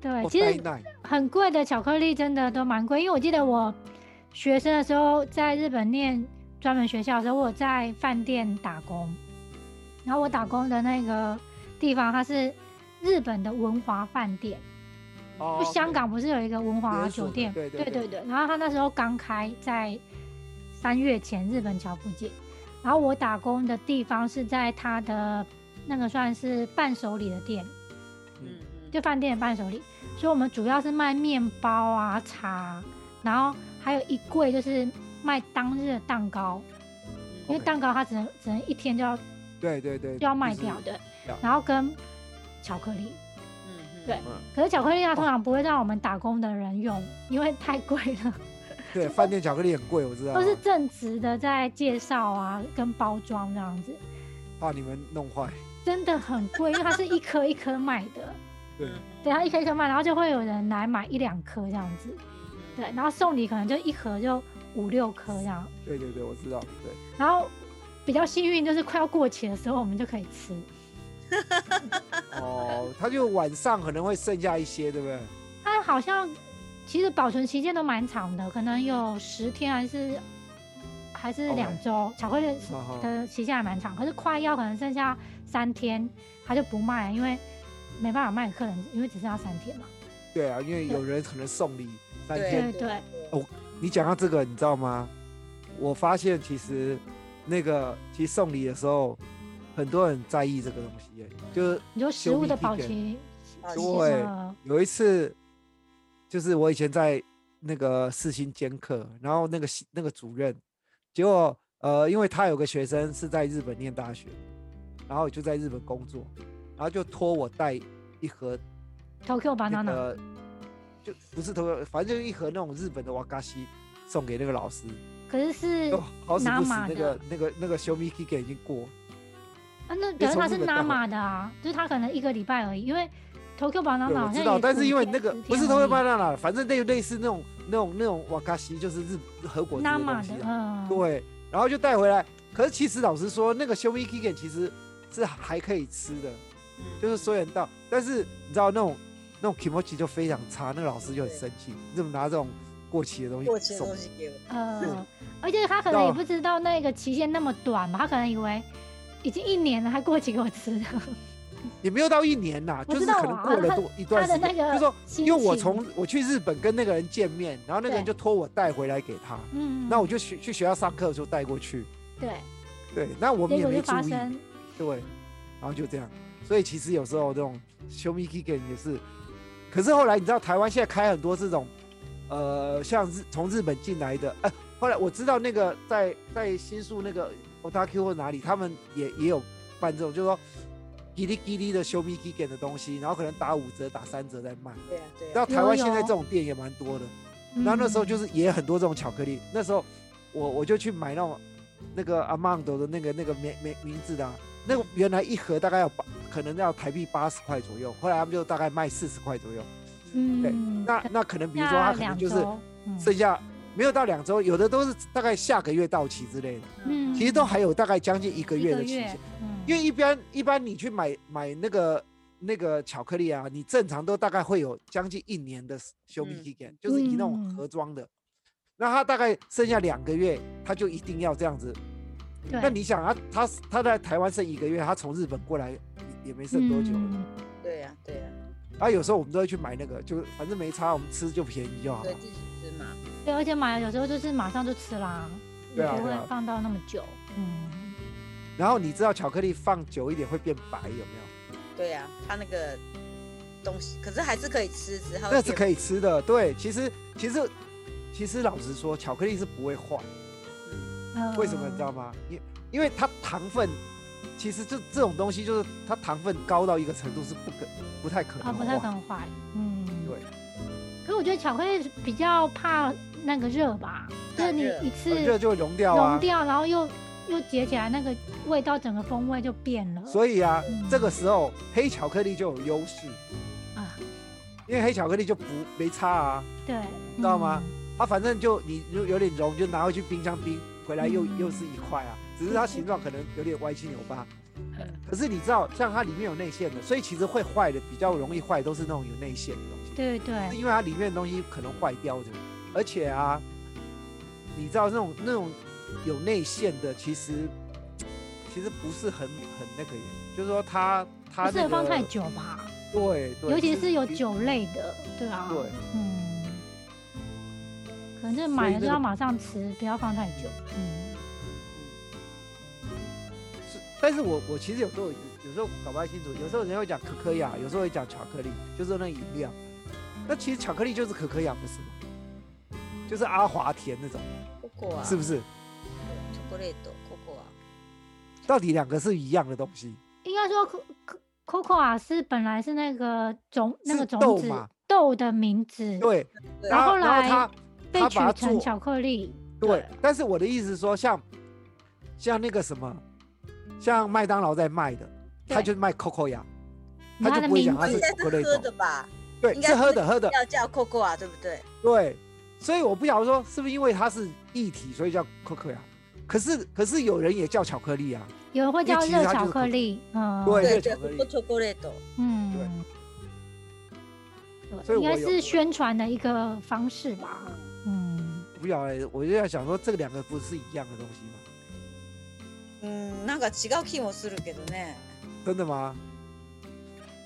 Speaker 2: 对，
Speaker 1: 我
Speaker 2: 其
Speaker 1: 呆
Speaker 2: 实
Speaker 1: 奶
Speaker 2: 很贵的巧克力真的都蛮贵，因为我记得我学生的时候在日本念专门学校的时候，我有在饭店打工，然后我打工的那个地方它是日本的文华饭店，
Speaker 1: 哦
Speaker 2: 就香港不是有一个文华
Speaker 1: 连锁
Speaker 2: 酒
Speaker 1: 的
Speaker 2: 店？
Speaker 1: 对对
Speaker 2: 对
Speaker 1: 对
Speaker 2: 然后他那时候刚开在三月前日本桥附近，然后我打工的地方是在他的那个算是伴手礼的店，
Speaker 3: 嗯嗯
Speaker 2: 就饭店的伴手礼，所以我们主要是卖面包啊、茶，然后还有一柜就是卖当日的蛋糕，因为
Speaker 1: OK
Speaker 2: 蛋糕它只能只能一天就要就
Speaker 1: 对对对，
Speaker 2: 要卖
Speaker 1: 就是
Speaker 2: 掉的
Speaker 1: 要，
Speaker 2: 然后跟巧克力，
Speaker 3: 嗯嗯
Speaker 2: 对可是巧克力它通常不会让我们打工的人用，因为太贵了，
Speaker 1: 对，饭店巧克力很贵，我知道啊。
Speaker 2: 都是正直的在介绍啊跟包装这样子，
Speaker 1: 怕你们弄坏。
Speaker 2: 真的很贵，因为它是一颗一颗卖的，
Speaker 1: 对，
Speaker 2: 对，它一颗一颗卖，然后就会有人来买一两颗这样子。对，然后送礼可能就一盒就五六颗这样，
Speaker 1: 对对对，我知道。对，
Speaker 2: 然后比较幸运就是快要过期的时候我们就可以吃，
Speaker 1: 哦，他就晚上可能会剩下一些，对不对？
Speaker 2: 它好像其实保存期间都蛮长的，可能有十天还是还是
Speaker 1: OK
Speaker 2: 两周，巧克力
Speaker 1: 哦吼
Speaker 2: 的期限还蛮长，可是快要可能剩下三天它就不卖了，因为没办法卖给客人，因为只剩下三天嘛。
Speaker 1: 对啊，因为有人可能送礼三
Speaker 3: 对
Speaker 1: 天
Speaker 2: 对对，
Speaker 1: 你讲到这个，你知道吗？我发现其实那个其实送礼的时候，很多人在意这个东西耶。就是
Speaker 2: 你说食
Speaker 1: 修
Speaker 2: 物
Speaker 1: 理
Speaker 2: 的
Speaker 1: 一
Speaker 2: 保
Speaker 1: 点
Speaker 2: 期，
Speaker 3: 保
Speaker 2: 期
Speaker 1: 期对
Speaker 2: 呃
Speaker 1: 有一次，就是我以前在那个四星兼课，然后那个系那个主任，结果呃，因为他有个学生是在日本念大学，然后就在日本工作，然后就托我带一盒
Speaker 2: Tokyo
Speaker 1: 那
Speaker 2: banana，
Speaker 1: 个，就不是托，反正就是一盒那种日本的瓦嘎西送给那个老师。
Speaker 2: 可是是啊
Speaker 1: 哦，好死不死，
Speaker 2: Nama
Speaker 1: 那
Speaker 2: 的
Speaker 1: 个那个那个修米 K 给已经过，
Speaker 2: 啊，那
Speaker 1: 就
Speaker 2: 表示
Speaker 1: 从
Speaker 2: 他
Speaker 1: 日
Speaker 2: 是
Speaker 1: 本带回
Speaker 2: Nama 的啊，就是他可能一个礼拜而已，因为 Tokyo
Speaker 1: 对，
Speaker 2: Banana
Speaker 1: 我
Speaker 2: 好
Speaker 1: 知
Speaker 2: 像
Speaker 1: 道。
Speaker 2: 也
Speaker 1: 但是因为
Speaker 2: 10
Speaker 1: 那个
Speaker 2: 天
Speaker 1: 不是
Speaker 2: 10
Speaker 1: 偷
Speaker 2: 天
Speaker 1: 味
Speaker 2: 而
Speaker 1: 巴
Speaker 2: 已
Speaker 1: 娜娜，反正类类似那种那种那种瓦卡西，就是日和果子的东
Speaker 2: Nama
Speaker 1: 西
Speaker 2: 的，
Speaker 1: 啊，
Speaker 2: 嗯，
Speaker 1: 对，然后就带回来。可是其实老实说，那个修米 K 给其实是还可以吃的，就是虽然到，但是你知道那种那种 kimochi 就非常差，那个老师就很生气，你怎么拿这种过期的东
Speaker 3: 过
Speaker 1: 西
Speaker 3: 期的
Speaker 1: 送
Speaker 3: 东？西给我，
Speaker 2: 呃，而且他可能也不知道那个期限那么短嘛，他可能以为已经一年了，还过期给我吃，
Speaker 1: 也没有到一年呐、
Speaker 2: 我
Speaker 1: 就
Speaker 2: 知
Speaker 1: 是
Speaker 2: 道
Speaker 1: 可能
Speaker 2: 啊
Speaker 1: 过了
Speaker 2: 他
Speaker 1: 多一段
Speaker 2: 他的
Speaker 1: 时间，
Speaker 2: 那个
Speaker 1: 就说
Speaker 2: 心
Speaker 1: 因为我
Speaker 2: 情
Speaker 1: 从我去日本跟那个人见面，然后那个人
Speaker 2: 对
Speaker 1: 就托我带回来给他，
Speaker 2: 嗯，
Speaker 1: 那我就去去学校上课的时候带过去，
Speaker 2: 对，
Speaker 1: 对，那我们
Speaker 2: 结
Speaker 1: 也
Speaker 2: 果
Speaker 1: 没
Speaker 2: 就
Speaker 1: 注
Speaker 2: 发
Speaker 1: 意，
Speaker 2: 生，
Speaker 1: 对，然后就这样，所以其实有时候这种修米 K 给也是，可是后来你知道台湾现在开很多这种，呃，像日从日本进来的，呃，后来我知道那个在在新宿那个 Otaku 或哪里，他们也也有办这种，就是说。叽哩叽哩的修米 K 给的东西，然后可能打五折、打三折再卖。
Speaker 3: 对啊对
Speaker 1: 然后
Speaker 3: 啊，
Speaker 1: 台湾
Speaker 2: 有
Speaker 1: 现在
Speaker 2: 有
Speaker 1: 这种店也蛮多的，然
Speaker 2: 嗯
Speaker 1: 后那时候就是是也很多这种巧克力。那时候我我就去买那种那个 Amando 的那个那个名名名字的啊、那个原来一盒大概要八，可能要台币八十块左右，后来他们就大概卖四十块左右。
Speaker 2: 嗯，
Speaker 1: 那那可能比如说他可能就是
Speaker 2: 剩
Speaker 1: 剩下没有到两周，有的都是大概下个月到期之类的，
Speaker 2: 嗯，
Speaker 1: 其实都还有大概将近一个
Speaker 2: 一
Speaker 1: 月
Speaker 2: 个
Speaker 1: 的期
Speaker 2: 月
Speaker 1: 限。，
Speaker 2: 嗯
Speaker 1: 因为一般一般你去买买那个那个巧克力啊，你正常都大概会有将近一年的休命
Speaker 3: 嗯
Speaker 1: 期间，就是以那种
Speaker 2: 嗯
Speaker 1: 盒装的。那它大概剩下两个月，它就一定要这样子。
Speaker 2: 对，
Speaker 1: 那你想啊，他他在台湾剩一个月，他从日本过来也也没剩多久了。
Speaker 2: 嗯
Speaker 3: 对呀、对呀、
Speaker 1: 然后有时候我们都会去买那个，就反正没差，我们吃就便宜就好
Speaker 3: 对
Speaker 1: 了。
Speaker 3: 自己吃嘛。
Speaker 2: 对，而且买了有时候就是马上就吃啦，也
Speaker 1: 对啊
Speaker 2: 不
Speaker 1: 对
Speaker 2: 会
Speaker 1: 啊
Speaker 2: 放到那么久。嗯，
Speaker 1: 然后你知道巧克力放久一点会变白，有没有？
Speaker 3: 对呀、它那个东西，可是还是可以吃，只好
Speaker 1: 那是可
Speaker 3: 以。
Speaker 1: 以吃的。对，其实其实其实老实说，巧克力是不会坏。
Speaker 3: 嗯
Speaker 2: 呃
Speaker 1: 为什么你知道？吗？因因为它糖分，其实这这种东西就是它糖分高到一个程度是不可不太可
Speaker 2: 啊，
Speaker 1: 能
Speaker 2: 不太
Speaker 1: 化
Speaker 2: 可能坏。嗯，
Speaker 1: 对。
Speaker 2: 可我觉得巧克力比较怕那个热吧，就是你
Speaker 3: 热
Speaker 2: 一次
Speaker 1: 呃热就会溶掉啊
Speaker 2: 融。掉，然后又又结起来，那个味道整个风味就变了。以
Speaker 1: 所以啊，
Speaker 2: 嗯
Speaker 1: 这个时候黑巧克力就有优势，
Speaker 2: 啊，
Speaker 1: 因为黑巧克力就不没差啊，
Speaker 2: 对，
Speaker 1: 知道吗
Speaker 2: 嗯？
Speaker 1: 它、反正就你就有点融，就拿回去冰箱冰，回来又、
Speaker 2: 嗯
Speaker 1: 又是一块啊，只是它形状可能有点歪七扭八。
Speaker 2: 嗯
Speaker 1: 可是你知道，像它里面有内馅的，所以其实会坏的比较容易坏，都是那种有内馅的东西。是
Speaker 2: 对对
Speaker 1: 因为它里面的东西可能坏掉的，而且啊，你知道那种那种有内馅的，其实其实不是很很那个耶，就是说它它、
Speaker 2: 对，
Speaker 1: 那
Speaker 2: 不能
Speaker 1: 个
Speaker 2: 放太久吧，
Speaker 1: 对对，
Speaker 2: 尤其是有
Speaker 1: 其实
Speaker 2: 酒类的，对啊，
Speaker 1: 对，
Speaker 2: 嗯，可能就
Speaker 1: 所
Speaker 2: 买
Speaker 1: 以
Speaker 2: 了
Speaker 1: 那
Speaker 2: 就要
Speaker 1: 个
Speaker 2: 马上吃，不要放太久。嗯，
Speaker 1: 是，但是我我其实有时候有时候搞不太清楚，有时候人会讲可可雅，有时候会讲巧克力，就是那饮料。那其实巧克力就是可可雅，不是吗？就是阿华田那种，
Speaker 3: 可可啊，
Speaker 1: 是不是？
Speaker 3: 巧克力豆可可啊，
Speaker 1: 到底两个是一样的东西？
Speaker 2: 应该说 co co coco 啊是本来是那个种那
Speaker 1: 是
Speaker 2: 个种
Speaker 1: 豆
Speaker 2: 子
Speaker 1: 嘛
Speaker 2: 豆的名字，
Speaker 1: 对，
Speaker 3: 对
Speaker 1: 然
Speaker 2: 然
Speaker 1: 后
Speaker 2: 后
Speaker 1: 然后
Speaker 2: 来
Speaker 1: 它
Speaker 2: 被
Speaker 1: 他把
Speaker 2: 取
Speaker 1: 它
Speaker 2: 成
Speaker 1: 做
Speaker 2: 巧克力。
Speaker 1: 对，但是我的意思是说，像像那个什么，像麦当劳在卖的，他
Speaker 2: 对
Speaker 1: 就卖 Coco 呀，
Speaker 2: 它
Speaker 1: 他就
Speaker 2: 嗯的
Speaker 1: 不会
Speaker 2: 名
Speaker 1: 讲它
Speaker 2: 字
Speaker 1: 是
Speaker 3: 应该
Speaker 1: c o c
Speaker 3: 是喝的吧？
Speaker 1: 对，
Speaker 3: 应
Speaker 1: 是
Speaker 3: 该
Speaker 1: 喝
Speaker 3: 是
Speaker 1: 的喝的，
Speaker 3: 要叫可可啊，对不对？
Speaker 1: 对。所以我不晓得说是不是因为它是液体，所以叫 Coco 呀？可是可是有人也叫巧克力啊，
Speaker 2: 有人会
Speaker 1: 因为
Speaker 2: 叫
Speaker 1: 其实
Speaker 2: 热
Speaker 1: 它就
Speaker 2: 巧
Speaker 1: 是
Speaker 2: 克
Speaker 1: 可
Speaker 2: 力，嗯，
Speaker 1: 对
Speaker 3: 对
Speaker 1: 热
Speaker 3: 对，
Speaker 1: 巧克力
Speaker 3: 可可巧克力豆。
Speaker 2: 嗯，
Speaker 1: 所以
Speaker 2: 应该
Speaker 1: 我有
Speaker 2: 是
Speaker 1: 我
Speaker 2: 宣传的一个方式吧，嗯，
Speaker 1: 不晓得，我就在想说这两个不是一样的东西吗？
Speaker 3: 嗯，なんか違う気もするけどね。
Speaker 1: 真的吗？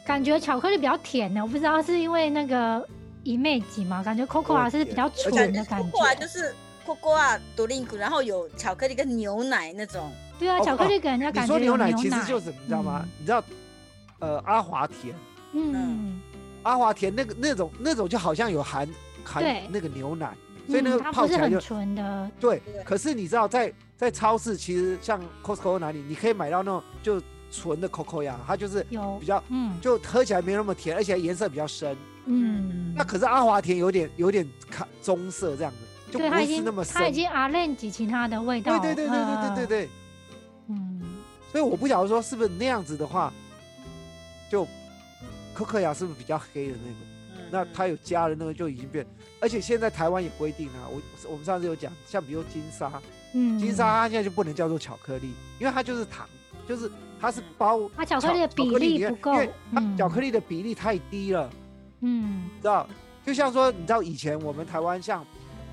Speaker 2: 感觉巧克力比较甜呢，我不知道是因为那个以妹级嘛，感觉 coco
Speaker 1: 我
Speaker 2: 啊是比
Speaker 1: 甜
Speaker 2: 较
Speaker 1: 而
Speaker 2: 纯
Speaker 1: 且
Speaker 2: 的
Speaker 3: 可
Speaker 2: 感
Speaker 3: 可啊就
Speaker 2: 觉，
Speaker 3: 是可可啊 drink，然后有巧克力跟牛奶那种。
Speaker 2: 对啊，
Speaker 1: 哦
Speaker 2: 巧克
Speaker 1: 哦
Speaker 2: 力给人家
Speaker 1: 你
Speaker 2: 感觉
Speaker 1: 说
Speaker 2: 有
Speaker 1: 牛
Speaker 2: 牛
Speaker 1: 奶其实就是你知道吗？
Speaker 2: 嗯
Speaker 1: 你知道，呃，阿华田，
Speaker 2: 嗯，
Speaker 1: 阿华田那个那种那种就好像有含含
Speaker 2: 对
Speaker 1: 那个牛奶，所以那
Speaker 2: 嗯
Speaker 1: 个
Speaker 2: 它
Speaker 1: 泡
Speaker 2: 不
Speaker 1: 起
Speaker 2: 是
Speaker 1: 来
Speaker 2: 很
Speaker 1: 就
Speaker 2: 纯的，
Speaker 1: 对
Speaker 3: 对，
Speaker 1: 可是你知道在在超市，其实像 Costco 哪里，你可以买到那种就纯的 Coco 呀，它就是
Speaker 2: 有
Speaker 1: 比较
Speaker 2: 嗯
Speaker 1: 就喝起来没那么甜，而且颜色比较深。
Speaker 2: 嗯，
Speaker 1: 那可是阿华田有点有点咖棕色这样子，就
Speaker 2: 对
Speaker 1: 不
Speaker 2: 它已
Speaker 1: 会是
Speaker 2: 经
Speaker 1: 那么深
Speaker 2: 它。已经 arrange 其他的味道
Speaker 1: 对
Speaker 2: 了，
Speaker 1: 对对对对对对
Speaker 2: 呃，
Speaker 1: 对，
Speaker 2: 嗯，
Speaker 1: 所以我不晓得说是不是那样子的话，就 Coco 呀是不是比较黑的那个？
Speaker 3: 嗯
Speaker 1: 那它有加了那个就已经变，而且现在台湾也规定啊，我我们上次有讲，像比如金沙，
Speaker 2: 嗯，
Speaker 1: 金沙它现在就不能叫做巧克力，因为它就是糖，就是它是包
Speaker 2: 嗯它巧克力的
Speaker 1: 巧
Speaker 2: 比例
Speaker 1: 里面
Speaker 2: 不够
Speaker 1: 因为它
Speaker 2: 嗯
Speaker 1: 巧克力的比例太低了，
Speaker 2: 嗯
Speaker 1: 你知道？就像说，你知道以前我们台湾像，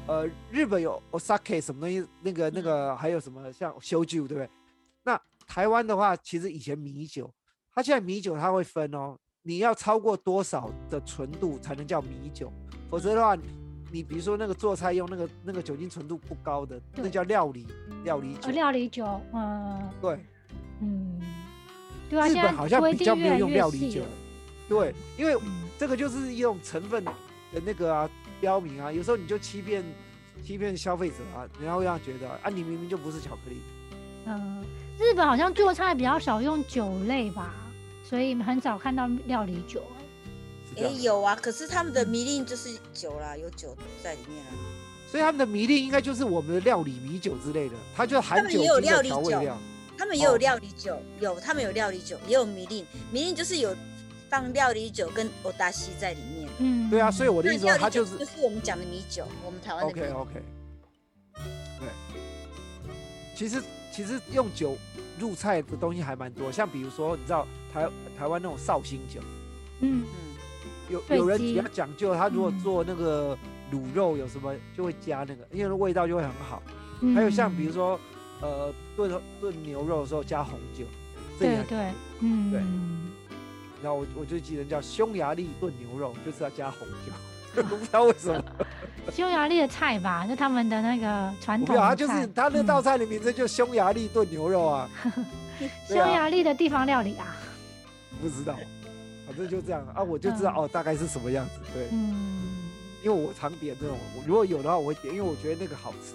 Speaker 1: 呃，日本有 osake 什么东西，那个
Speaker 2: 嗯
Speaker 1: 那个还有什么像修酒，对不对？那台湾的话，其实以前米酒，它现在米酒它会分哦，你要超过多少的纯度才能叫米酒，否则的话，你比如说那个做菜用那个那个酒精纯度不高的，那
Speaker 2: 对
Speaker 1: 叫料理料理酒
Speaker 2: 呃，。料理酒，呃，
Speaker 1: 对，
Speaker 2: 嗯，对啊，
Speaker 1: 日
Speaker 2: 现在
Speaker 1: 本好像
Speaker 2: 规
Speaker 1: 比
Speaker 2: 定
Speaker 1: 较
Speaker 2: 越
Speaker 1: 没有
Speaker 2: 来
Speaker 1: 用
Speaker 2: 越
Speaker 1: 料
Speaker 2: 细
Speaker 1: 理酒
Speaker 2: 了，
Speaker 1: 对，因为
Speaker 2: 嗯，
Speaker 1: 这个就是一种成分的那个啊标明啊，有时候你就欺骗欺骗消费者啊，然后让他觉得啊你明明就不是巧克力，
Speaker 2: 呃，日本好像做菜比较少用酒类吧，所以很少看到料理酒。
Speaker 1: 是这
Speaker 3: 也
Speaker 1: 样。
Speaker 3: 有啊，可是他们的迷令就是酒啦，有酒在里面啊。
Speaker 1: 所以他们的迷恋应该就是我们的料理米酒之类的，它就含
Speaker 3: 他们
Speaker 1: 酒
Speaker 3: 也有
Speaker 1: 精
Speaker 3: 料
Speaker 1: 的
Speaker 3: 理
Speaker 1: 调味
Speaker 3: 酒
Speaker 1: 料。
Speaker 3: 他们也有
Speaker 1: 哦
Speaker 3: 料理酒，有他们有料理酒，也有米令，米令就是有放料理酒跟欧达西在里面。
Speaker 2: 嗯，
Speaker 1: 对啊，所以我的
Speaker 3: 那
Speaker 1: 意思说，
Speaker 3: 料
Speaker 1: 它
Speaker 3: 理酒
Speaker 1: 就是
Speaker 3: 就是我们讲的米酒，我们台湾的米
Speaker 1: OK
Speaker 3: 酒。
Speaker 1: OK。其实其实用酒入菜的东西还蛮多，像比如说你知道台台湾那种绍兴酒，
Speaker 2: 嗯，
Speaker 3: 嗯，
Speaker 1: 有
Speaker 2: 对
Speaker 1: 有人
Speaker 2: 鸡
Speaker 1: 比较讲究，他如果
Speaker 2: 嗯
Speaker 1: 做那个卤肉有什么就会加那个，因为味道就会很好。
Speaker 2: 嗯
Speaker 1: 还有像比如说呃炖炖牛肉的时候加红酒，这也
Speaker 2: 对
Speaker 1: 很
Speaker 2: 对，嗯，
Speaker 1: 然后我我就记得叫匈牙利炖牛肉，就是要加红 酒，我不知道为什么，
Speaker 2: 匈牙利的菜吧，就他们的那个传
Speaker 1: 我不知道它
Speaker 2: 统的菜。
Speaker 1: 就是它那道菜的名字就匈牙利炖牛肉 啊，
Speaker 2: 嗯匈
Speaker 1: 对啊
Speaker 2: 牙利的地方料理啊，
Speaker 1: 不知道，反正就这样啊，我就知道
Speaker 2: 嗯
Speaker 1: 哦大概是什么样子，对，
Speaker 2: 嗯，
Speaker 1: 因为我常点这种，我如果有的话我会点，因为我觉得那个好吃，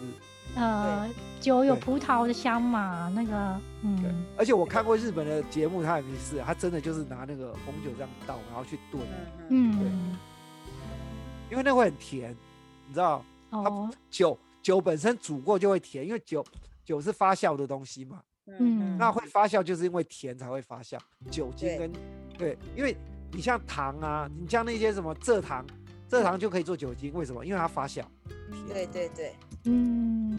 Speaker 2: 呃，酒有
Speaker 1: 对
Speaker 2: 葡萄的香嘛，那个，
Speaker 1: 对
Speaker 2: 嗯，，
Speaker 1: 而且我看过日本的节目，他也没事，他真的就是拿那个红酒这样倒，然后去炖，
Speaker 3: 嗯嗯，
Speaker 2: 嗯，
Speaker 1: 因为那会很甜，你知道
Speaker 2: 哦，
Speaker 1: 酒酒本身煮过就会甜，因为酒酒是发酵的东西嘛。
Speaker 2: 嗯
Speaker 1: 那会发酵就是因为甜才会发酵，酒精
Speaker 3: 对
Speaker 1: 跟对，因为你像糖啊，你像那些什么蔗糖，蔗糖就可以做酒精，为什么？因为它发酵，
Speaker 3: 对对对
Speaker 2: 嗯，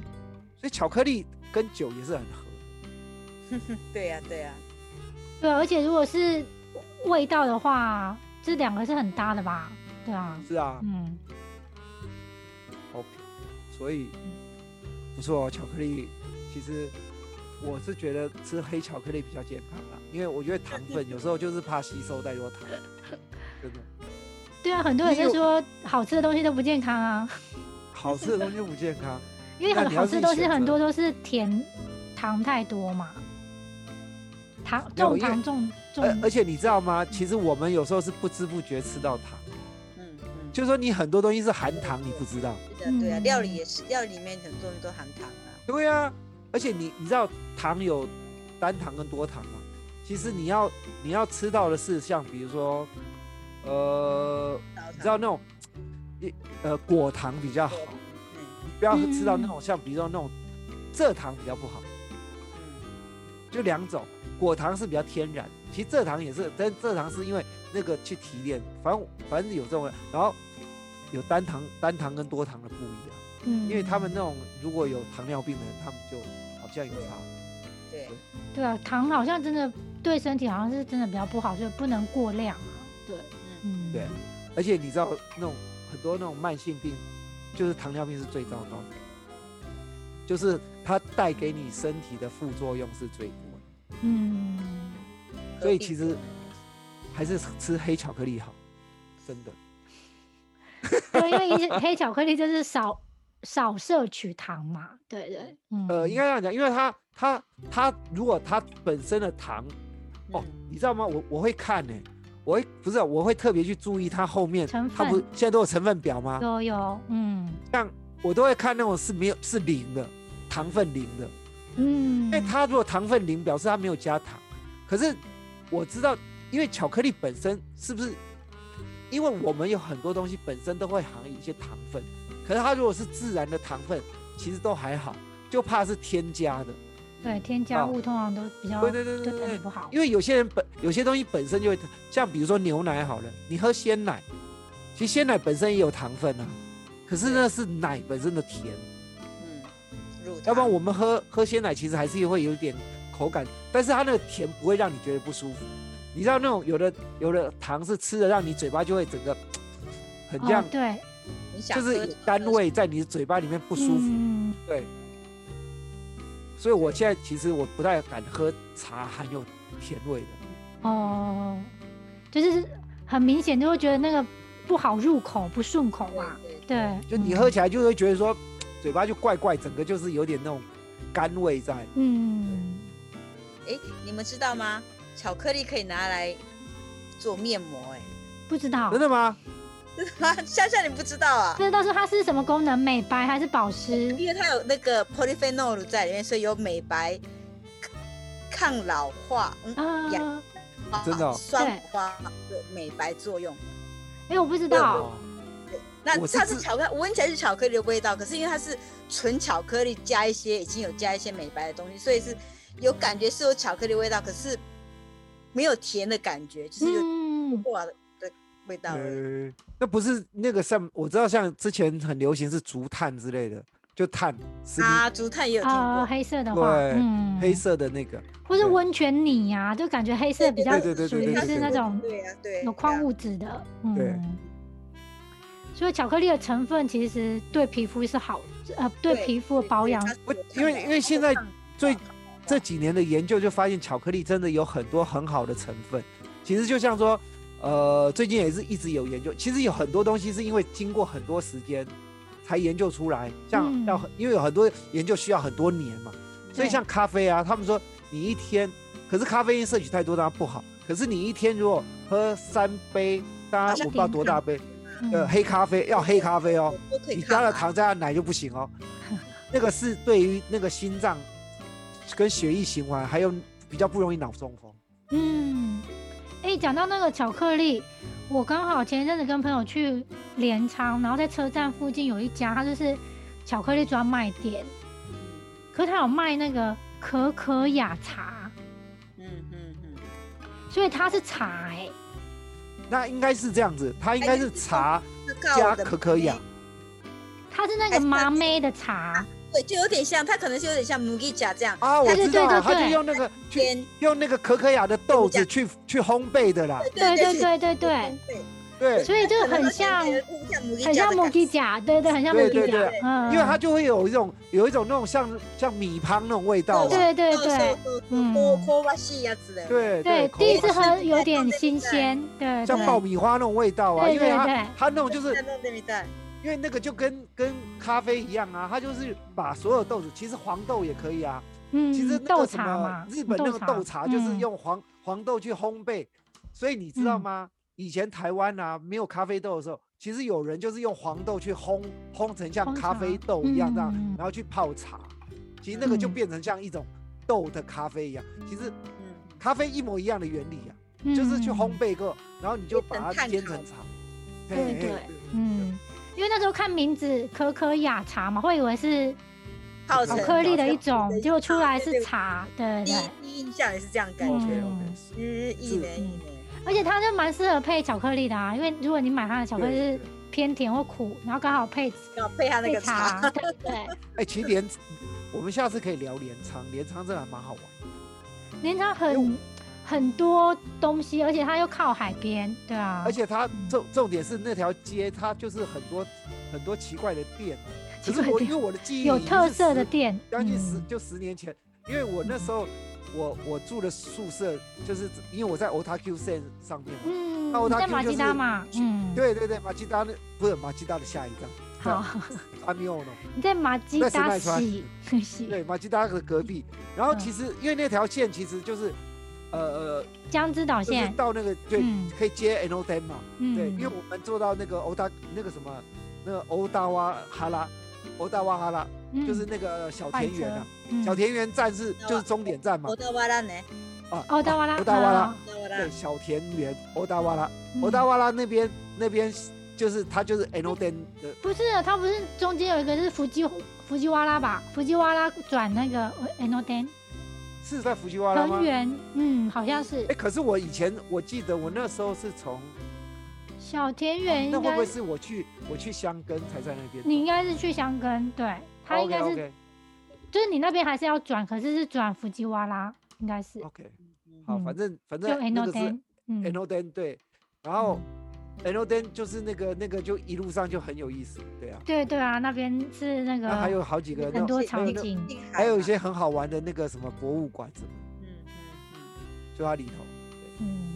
Speaker 1: 所以巧克力跟酒也是很合。
Speaker 3: 对呀对呀，
Speaker 2: 对啊，而且如果是味道的话，这两个是很搭的吧？对啊，
Speaker 1: 是啊、
Speaker 2: 嗯，
Speaker 1: o k 所以不错、哦，巧克力其实我是觉得吃黑巧克力比较健康啦，因为我觉得糖分有时候就是怕吸收太多糖，真的
Speaker 2: 对啊，很多人
Speaker 1: 因为
Speaker 2: 就说好吃的东西都不健康啊，
Speaker 1: 好吃的东西就不健康。
Speaker 2: 因为
Speaker 1: 那
Speaker 2: 很
Speaker 1: 你要
Speaker 2: 好吃
Speaker 1: 自
Speaker 2: 的
Speaker 1: 己
Speaker 2: 东西
Speaker 1: 选择
Speaker 2: 很多都是甜糖太多嘛，糖
Speaker 1: 没有
Speaker 2: 重
Speaker 1: 因为呃
Speaker 2: 糖重重，
Speaker 1: 而而且你知道吗？其实我们有时候是不知不觉吃到糖。
Speaker 3: 嗯嗯，
Speaker 1: 就是说你很多东西是含糖，你不知道。
Speaker 3: 是的对呀，
Speaker 2: 嗯
Speaker 3: 料理也是，料理里面很多人都含糖啊，
Speaker 1: 对啊，而且你你知道糖有单糖跟多糖吗？其实你要你要吃到的是像比如说，呃，
Speaker 3: 然
Speaker 1: 你
Speaker 3: 后糖
Speaker 1: 知道那种，一呃果糖比较好，
Speaker 3: 嗯
Speaker 1: 你不要吃到那种像比如说那种蔗糖比较不好，
Speaker 3: 嗯
Speaker 1: 就两种。果糖是比较天然，其实蔗糖也是，但蔗糖是因为那个去提炼，反正反正有这种，然后有单糖单糖跟多糖的不一样。
Speaker 2: 嗯
Speaker 1: 因为他们那种如果有糖尿病的人，他们就好像有差。
Speaker 3: 对，嗯
Speaker 2: 对啊，糖好像真的对身体好像是真的比较不好，所以不能过量啊，对，
Speaker 3: 嗯
Speaker 2: 嗯，
Speaker 1: 对而且你知道那种很多那种慢性病，就是糖尿病是最糟糕的，就是它带给你身体的副作用是最多的。
Speaker 2: 嗯，
Speaker 1: 所以
Speaker 3: 何必
Speaker 1: 其
Speaker 2: 啊
Speaker 1: 实还是吃黑巧克力好，真的。
Speaker 2: 对，因为一些黑巧克力就是少少摄取糖嘛，对对，嗯，
Speaker 1: 呃，应该这样讲，因为它它它如果它本身的糖哦
Speaker 3: 嗯，
Speaker 1: 你知道吗？我我会看呢、我会不是啊、我会特别去注意它后面
Speaker 2: 成，
Speaker 1: 它不
Speaker 2: 分
Speaker 1: 现在都有成分表吗？
Speaker 2: 都有，嗯
Speaker 1: 像我都会看那种是没有是零的，糖分零的，
Speaker 2: 嗯，
Speaker 1: 因为它如果糖分零，表示它没有加糖。可是我知道，因为巧克力本身是不是？因为我们有很多东西本身都会含一些糖分，可是它如果是自然的糖分，其实都还好，就怕是添加的。
Speaker 2: 对添加
Speaker 1: 哦
Speaker 2: 物通常都比较
Speaker 1: 对对对对
Speaker 2: 身体
Speaker 1: 对
Speaker 2: 不好，
Speaker 1: 因为有些人本有些东西本身就会，像比如说牛奶好了，你喝鲜奶，其实鲜奶本身也有糖分啊，可是那是奶本身的甜。
Speaker 3: 嗯，乳糖，
Speaker 1: 要不然我们喝喝鲜奶其实还是会有一点口感，但是它那个甜不会让你觉得不舒服。你知道那种有的有的糖是吃了让你嘴巴就会整个很这样
Speaker 2: 哦，，对
Speaker 3: 你想
Speaker 1: 就
Speaker 3: 喝
Speaker 1: 是
Speaker 3: 什么
Speaker 1: 单
Speaker 3: 喝
Speaker 1: 位在你的嘴巴里面不舒服。
Speaker 2: 嗯
Speaker 1: 对，所以我现在其实我不太敢喝茶含有甜味的。
Speaker 2: 哦，就是很明显就会觉得那个不好入口，不顺口
Speaker 3: 什
Speaker 2: 嘛
Speaker 3: 么，，对对
Speaker 2: 对，
Speaker 1: 就你
Speaker 2: 嗯
Speaker 1: 喝起来就会觉得说，嘴巴就怪怪，整个就是有点那种干味在。
Speaker 2: 嗯，
Speaker 3: 哎，你们知道吗？巧克力可以拿来做面膜，哎，
Speaker 2: 不知道
Speaker 1: 真。的吗？
Speaker 3: 真的吗？夏夏你不知道啊？
Speaker 2: 这到时候它是什么功能？美白还是保湿？
Speaker 3: 因为它有那个 polyphenol 在里面，所以有美白、抗老化、嗯，
Speaker 2: 啊，
Speaker 3: 呀
Speaker 2: 哎、
Speaker 1: 真的哦
Speaker 3: 酸化的美白作用。
Speaker 2: 哎我不知道，
Speaker 3: 那
Speaker 1: 我是
Speaker 3: 它是
Speaker 1: 自
Speaker 3: 巧克力，闻起来是巧克力的味道，可是因为它是纯巧克力加一些已经有加一些美白的东西，所以是有感觉是有巧克力味道，可是没有甜的感觉，就是有
Speaker 2: 嗯，
Speaker 3: 化的味道而已。
Speaker 1: 呃，那不是那个像我知道，像之前很流行是竹炭之类的，就碳十滴
Speaker 3: 啊，竹炭也有听
Speaker 2: 啊，
Speaker 3: 过，
Speaker 2: 黑色的话，
Speaker 1: 对
Speaker 2: 嗯，
Speaker 1: 黑色的那个，
Speaker 2: 或是
Speaker 1: 对
Speaker 2: 温泉泥呀、就感觉黑色比较
Speaker 1: 对对对对
Speaker 2: 属于
Speaker 1: 对
Speaker 2: 是
Speaker 1: 对
Speaker 2: 那种
Speaker 3: 对啊，对，
Speaker 2: 有矿物质的，嗯，
Speaker 1: 对
Speaker 2: 所以巧克力的成分其实对皮肤是好，呃，对皮肤的保养，
Speaker 1: 不，因为因为现在
Speaker 3: 哦
Speaker 1: 最这几年的研究就发现，巧克力真的有很多很好的成分。其实就像说，呃，最近也是一直有研究，其实有很多东西是因为经过很多时间才研究出来，像
Speaker 2: 嗯
Speaker 1: 要很因为有很多研究需要很多年嘛，所以
Speaker 2: 对
Speaker 1: 像咖啡啊，他们说你一天，可是咖啡因摄取太多当然不好，可是你一天如果喝三杯，当然
Speaker 2: 像
Speaker 1: 我不知道多大杯，
Speaker 2: 嗯
Speaker 1: 呃，黑咖啡要黑咖啡哦，
Speaker 3: 都可以
Speaker 1: 你加
Speaker 3: 抗
Speaker 1: 了
Speaker 3: 癌
Speaker 1: 糖加了奶就不行 哦。那个是对于那个心脏跟血液循环，还有比较不容易脑中风。
Speaker 2: 嗯，哎、讲到那个巧克力，我刚好前一阵子跟朋友去镰仓，然后在车站附近有一家，它就是巧克力专卖店，可是它有卖那个可可雅茶，
Speaker 3: 嗯嗯嗯，
Speaker 2: 所以它是茶哎、
Speaker 1: 那应该是这样子，它应该是茶
Speaker 3: 那
Speaker 1: 嗯加
Speaker 3: 告的
Speaker 1: 可可雅，
Speaker 2: 它是那
Speaker 3: 还
Speaker 2: 个
Speaker 3: 是
Speaker 2: 妈
Speaker 3: 它是
Speaker 2: 妹的茶，
Speaker 3: 对，就有点像，它可能是有点像母鸡甲这样，
Speaker 1: 啊，我
Speaker 2: 对
Speaker 1: 知道
Speaker 2: 对
Speaker 1: 了，
Speaker 2: 对
Speaker 1: 他就
Speaker 2: 对
Speaker 1: 用那个去
Speaker 3: 边
Speaker 1: 用那个可可雅的豆子去去烘焙的啦。
Speaker 2: 对对对对
Speaker 3: 对
Speaker 2: 对，
Speaker 1: 对，
Speaker 2: 所以就很像，很像
Speaker 3: 母
Speaker 2: 母
Speaker 3: 鸡
Speaker 2: 鸡甲，对对，很像母
Speaker 1: 对
Speaker 2: 鸡
Speaker 1: 对
Speaker 2: 甲
Speaker 1: 对，
Speaker 2: 嗯，
Speaker 1: 因为它就会有一种有一种那种像像米汤那种味道啊。
Speaker 2: 对对对，嗯
Speaker 3: 多多哇西呀之类，，
Speaker 1: 对
Speaker 2: 对，
Speaker 1: 口
Speaker 2: 第一次
Speaker 1: 感
Speaker 2: 喝有点新鲜，对
Speaker 1: 像
Speaker 2: 对
Speaker 1: 爆米花那种味道啊，
Speaker 2: 对
Speaker 1: 因为
Speaker 2: 对
Speaker 1: 它
Speaker 2: 对
Speaker 1: 它那种就是
Speaker 3: 弄对对，
Speaker 1: 因为那个就跟跟咖啡一样啊，它就是把所有豆子，其实黄豆也可以啊。
Speaker 2: 嗯，
Speaker 1: 其实那
Speaker 2: 豆
Speaker 1: 个什
Speaker 2: 茶
Speaker 1: 么
Speaker 2: 嘛，
Speaker 1: 日本那个豆茶就是
Speaker 2: 嗯
Speaker 1: 用黄、黄豆去烘焙，所以你知道
Speaker 2: 嗯
Speaker 1: 吗？以前台湾啊没有咖啡豆的时候，其实有人就是用黄豆去烘烘成像
Speaker 2: 烘
Speaker 1: 咖
Speaker 2: 茶
Speaker 1: 啡豆一样这样，
Speaker 2: 嗯
Speaker 1: 然后去泡茶。其实那个就
Speaker 2: 嗯
Speaker 1: 变成像一种豆的咖啡一样，其实
Speaker 3: 嗯，
Speaker 1: 咖啡一模一样的原理啊，
Speaker 2: 嗯
Speaker 1: 就是去烘焙过，然后你就
Speaker 3: 变
Speaker 1: 把
Speaker 3: 成
Speaker 1: 它
Speaker 3: 碳
Speaker 1: 煎
Speaker 3: 烤
Speaker 1: 成茶。
Speaker 2: 对
Speaker 1: 嘿嘿
Speaker 2: 对嗯，因为那时候看名字可可雅茶嘛，会以为是
Speaker 3: 泡
Speaker 2: 巧
Speaker 1: 成
Speaker 2: 克力的一
Speaker 3: 巧克
Speaker 2: 种，
Speaker 3: 力
Speaker 2: 结果出来是
Speaker 3: 对
Speaker 2: 茶，对
Speaker 3: 第
Speaker 2: 对
Speaker 3: 一
Speaker 2: 对，
Speaker 3: 第一印象也是这样感觉，
Speaker 1: OK
Speaker 2: 嗯
Speaker 1: OK。
Speaker 3: 日一年一年，
Speaker 2: 而且它就蛮适合配巧克力的啊，因为如果你买它的巧克力
Speaker 1: 对
Speaker 2: 是偏甜或苦，然后刚好配
Speaker 3: 要配它那
Speaker 2: 配
Speaker 3: 个
Speaker 2: 茶
Speaker 3: 茶，，
Speaker 2: 对对。
Speaker 1: 哎、其实镰，我们下次可以聊镰仓，镰仓真的还蛮好玩。
Speaker 2: 连它
Speaker 1: 因为
Speaker 2: 很很多东西，而且它又靠海边，对啊，
Speaker 1: 而且它
Speaker 2: 嗯
Speaker 1: 重重点是那条街，它就是很多很多奇怪的店。
Speaker 2: 奇
Speaker 1: 可是
Speaker 2: 怪
Speaker 1: 我
Speaker 2: 的
Speaker 1: 因为我的记忆
Speaker 2: 有
Speaker 1: 已经
Speaker 2: 特
Speaker 1: 是
Speaker 2: 色的
Speaker 1: 十，
Speaker 2: 店，
Speaker 1: 将近十
Speaker 2: 嗯
Speaker 1: 就十年前，因为我那时候我我住的宿舍就是因为我在 Otaku Sen 上面嘛。
Speaker 2: 嗯，
Speaker 1: 那我大
Speaker 2: 在
Speaker 1: 舅
Speaker 2: 马
Speaker 1: 就
Speaker 2: 吉达
Speaker 1: 是
Speaker 2: 嘛，嗯，，
Speaker 1: 对对对，马吉达那不是马吉达的下一站，
Speaker 2: 好，
Speaker 1: 阿米 欧诺。
Speaker 2: 你在马吉
Speaker 1: 那是
Speaker 2: 达
Speaker 1: 卖穿
Speaker 2: 洗 洗
Speaker 1: 对，马吉达的隔壁。然后
Speaker 2: 嗯
Speaker 1: 其实因为那条线其实就是，呃呃，
Speaker 2: 江之岛
Speaker 1: 就是
Speaker 2: 线，
Speaker 1: 到那个对
Speaker 2: 嗯，
Speaker 1: 可以接 N O D 嘛。对，因为
Speaker 2: 嗯，
Speaker 1: 我们做到那个欧大那个什么，那个欧大哇哈拉，欧大哇哈拉、就是
Speaker 2: 嗯
Speaker 1: 那个小
Speaker 2: 快
Speaker 1: 田园
Speaker 2: 车
Speaker 1: 啊，
Speaker 2: 嗯
Speaker 1: 小田园站是就是终点站嘛
Speaker 3: 我，到巴拉呢，
Speaker 1: 啊，
Speaker 2: 哦，达瓦拉，
Speaker 1: 欧大哇拉
Speaker 2: 啊，，
Speaker 3: 到巴拉
Speaker 1: 对，，小田园欧大哇拉，欧
Speaker 2: 嗯
Speaker 1: 大哇拉那边那边就是它就是 N O D 的，
Speaker 2: 不是，它不是中间有一个是伏击伏击瓦拉吧？伏击瓦拉转那个 e n o d e n
Speaker 1: 是在福吉哇拉吗
Speaker 2: 藤？原，嗯，好像是
Speaker 1: 哎，可是我以前我记得我那时候是从，
Speaker 2: 小田园，
Speaker 1: 那
Speaker 2: 应
Speaker 1: 会
Speaker 2: 该
Speaker 1: 不会是我去我去香根才在那边？
Speaker 2: 你应该是去箱根，对，它应该是
Speaker 1: o k
Speaker 2: 就是你那边还是要转，可是是转弗吉瓦拉，应该是
Speaker 1: OK OK，好，反
Speaker 2: 嗯
Speaker 1: 正反
Speaker 2: 就
Speaker 1: 正
Speaker 2: n
Speaker 1: 哦那
Speaker 2: o
Speaker 1: 个
Speaker 2: d
Speaker 1: 是
Speaker 2: e n
Speaker 1: 然
Speaker 2: 嗯，
Speaker 1: 后 d 对，然后 n o d 就是那个那个就一路上就很有意思，对啊，
Speaker 2: 对对啊，那边是那个
Speaker 1: 那还有好几个那
Speaker 2: 很多
Speaker 1: 种还
Speaker 2: 场
Speaker 1: 有那
Speaker 2: 景，
Speaker 3: 近海嘛
Speaker 1: 还有一些，很好玩的那个什么博物馆什么的，
Speaker 3: 嗯嗯
Speaker 1: 就它里头，
Speaker 2: 嗯，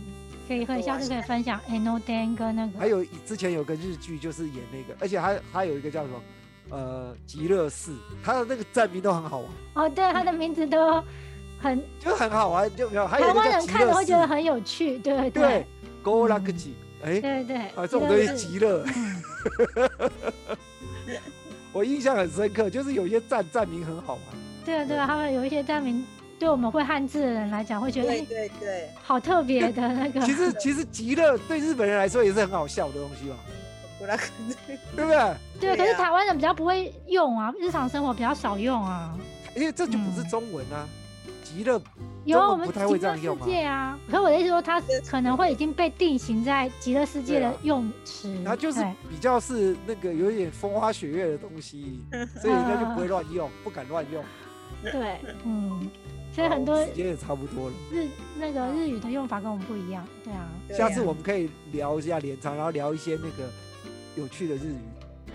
Speaker 2: 可以可以，
Speaker 3: 很多
Speaker 2: 下次
Speaker 3: 啊
Speaker 2: 可以
Speaker 3: 现在
Speaker 2: 分享 n o d e n 跟那个，
Speaker 1: 还有之前有个日剧就是演那个，而且还还有一个叫什么呃极乐寺，它的那个站名都很好玩，
Speaker 2: 哦，对，它的名字都很
Speaker 1: 就很好玩，就没有还有一
Speaker 2: 台
Speaker 1: 个
Speaker 2: 湾
Speaker 1: 叫
Speaker 2: 人
Speaker 1: 极
Speaker 2: 看了
Speaker 1: 乐
Speaker 2: 会觉得
Speaker 1: 寺，
Speaker 2: 很有趣，对
Speaker 1: 对
Speaker 2: 对
Speaker 1: g o l a k i 哎
Speaker 2: 对对，
Speaker 1: 啊这种东西
Speaker 2: 极
Speaker 1: 极
Speaker 2: 乐
Speaker 1: 乐，
Speaker 2: 寺嗯
Speaker 1: 我印象很深刻，就是有一些站站名很好玩，
Speaker 2: 对对，他们有一些站名，对我们会汉字的人来讲会觉得
Speaker 3: 对
Speaker 2: 哎
Speaker 3: 对对，
Speaker 2: 好特别的那 个，
Speaker 1: 其实其实极乐对日本人来说也是很好笑的东西嘛，
Speaker 2: 嗯
Speaker 3: 布拉克，
Speaker 1: 对不对？
Speaker 2: 对，可
Speaker 3: 对
Speaker 2: 是
Speaker 3: 啊
Speaker 2: 台湾人比较不会用啊，日常生活比较少用啊。
Speaker 1: 因为这就不是
Speaker 2: 嗯
Speaker 1: 中文啊，极乐
Speaker 2: 有啊，
Speaker 1: 中
Speaker 2: 我
Speaker 1: 文
Speaker 2: 们
Speaker 1: 不
Speaker 2: 极
Speaker 1: 太会这
Speaker 2: 乐
Speaker 1: 样
Speaker 2: 世
Speaker 1: 用啊
Speaker 2: 界啊。可我的意思说，它
Speaker 3: 对
Speaker 2: 可能会已经被定型在极乐世界
Speaker 1: 对
Speaker 2: 的
Speaker 1: 啊
Speaker 2: 用词。哎
Speaker 1: 它就是
Speaker 2: 对
Speaker 1: 比较是那个有点风花雪月的东西，
Speaker 2: 嗯
Speaker 1: 所以人家就不会乱 用，不敢乱用。
Speaker 2: 对，嗯，所以
Speaker 1: 好
Speaker 2: 很多
Speaker 1: 时间也差不多了，
Speaker 2: 日那个日语的用法跟我们不一样。对啊，
Speaker 3: 对
Speaker 1: 下次
Speaker 3: 啊
Speaker 1: 我们可以聊一下镰仓，然后聊一些那个有趣的日语。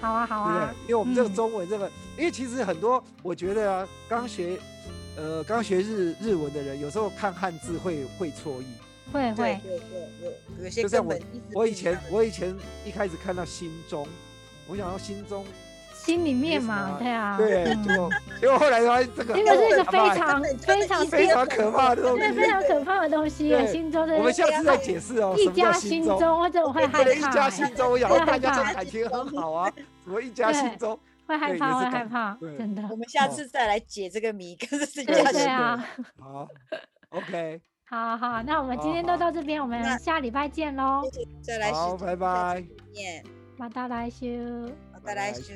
Speaker 2: 好啊，好
Speaker 1: 对不对
Speaker 2: 啊，？
Speaker 1: 因为我们这个
Speaker 2: 嗯
Speaker 1: 中文这个，因为其实很多我觉得啊，刚学，呃，刚学日日文的人，有时候看汉字会会错意。
Speaker 2: 会
Speaker 3: 对
Speaker 2: 会，
Speaker 3: 对对，有有些
Speaker 1: 就像
Speaker 3: 根
Speaker 1: 我
Speaker 3: 本一直
Speaker 1: 我以
Speaker 3: 不一样
Speaker 1: 前我以前一开始看到心中，我想到心中，
Speaker 2: 心里面
Speaker 1: 什
Speaker 2: 嘛，
Speaker 1: 么
Speaker 2: 对啊，
Speaker 1: 对，
Speaker 2: 嗯
Speaker 1: 结果结果后来发现这个
Speaker 2: 这个是一个
Speaker 1: 阿
Speaker 2: 非
Speaker 1: 嬷
Speaker 2: 常
Speaker 3: 对
Speaker 2: 非常
Speaker 1: 非常可怕的东西
Speaker 2: 对。非常可怕的东西耶，
Speaker 1: 对
Speaker 2: 心中
Speaker 1: 我们
Speaker 2: 的
Speaker 1: 下次再解释哦，
Speaker 2: 一
Speaker 1: 什么叫
Speaker 2: 家
Speaker 1: 心
Speaker 2: 心
Speaker 1: 中？
Speaker 2: 中，我怎么会害
Speaker 1: 不能一
Speaker 2: 怕
Speaker 1: 家
Speaker 2: 欸？
Speaker 1: 心中，我想
Speaker 2: 会
Speaker 1: 说大
Speaker 2: 害
Speaker 1: 家这
Speaker 2: 怕
Speaker 1: 感情很好啊，什么一家心
Speaker 2: 对
Speaker 1: 中？
Speaker 2: 会害
Speaker 1: 对
Speaker 2: 怕，
Speaker 1: 也是
Speaker 2: 会害
Speaker 1: 感
Speaker 2: 怕
Speaker 1: 对，
Speaker 2: 真的
Speaker 3: 我。们
Speaker 1: 哦
Speaker 3: 下次再来解这个谜，可是这
Speaker 1: 对
Speaker 2: 对
Speaker 3: 叫
Speaker 1: 对
Speaker 2: 对啊，
Speaker 1: 好，OK，
Speaker 2: 好好，那我们今
Speaker 1: 好
Speaker 2: 天都
Speaker 1: 好
Speaker 2: 到这边，我们
Speaker 3: 那
Speaker 2: 下礼拜见喽，
Speaker 3: 再来
Speaker 1: 好，
Speaker 3: 修
Speaker 1: 拜拜。
Speaker 3: 面，
Speaker 2: 马达来修。
Speaker 3: 好再来修。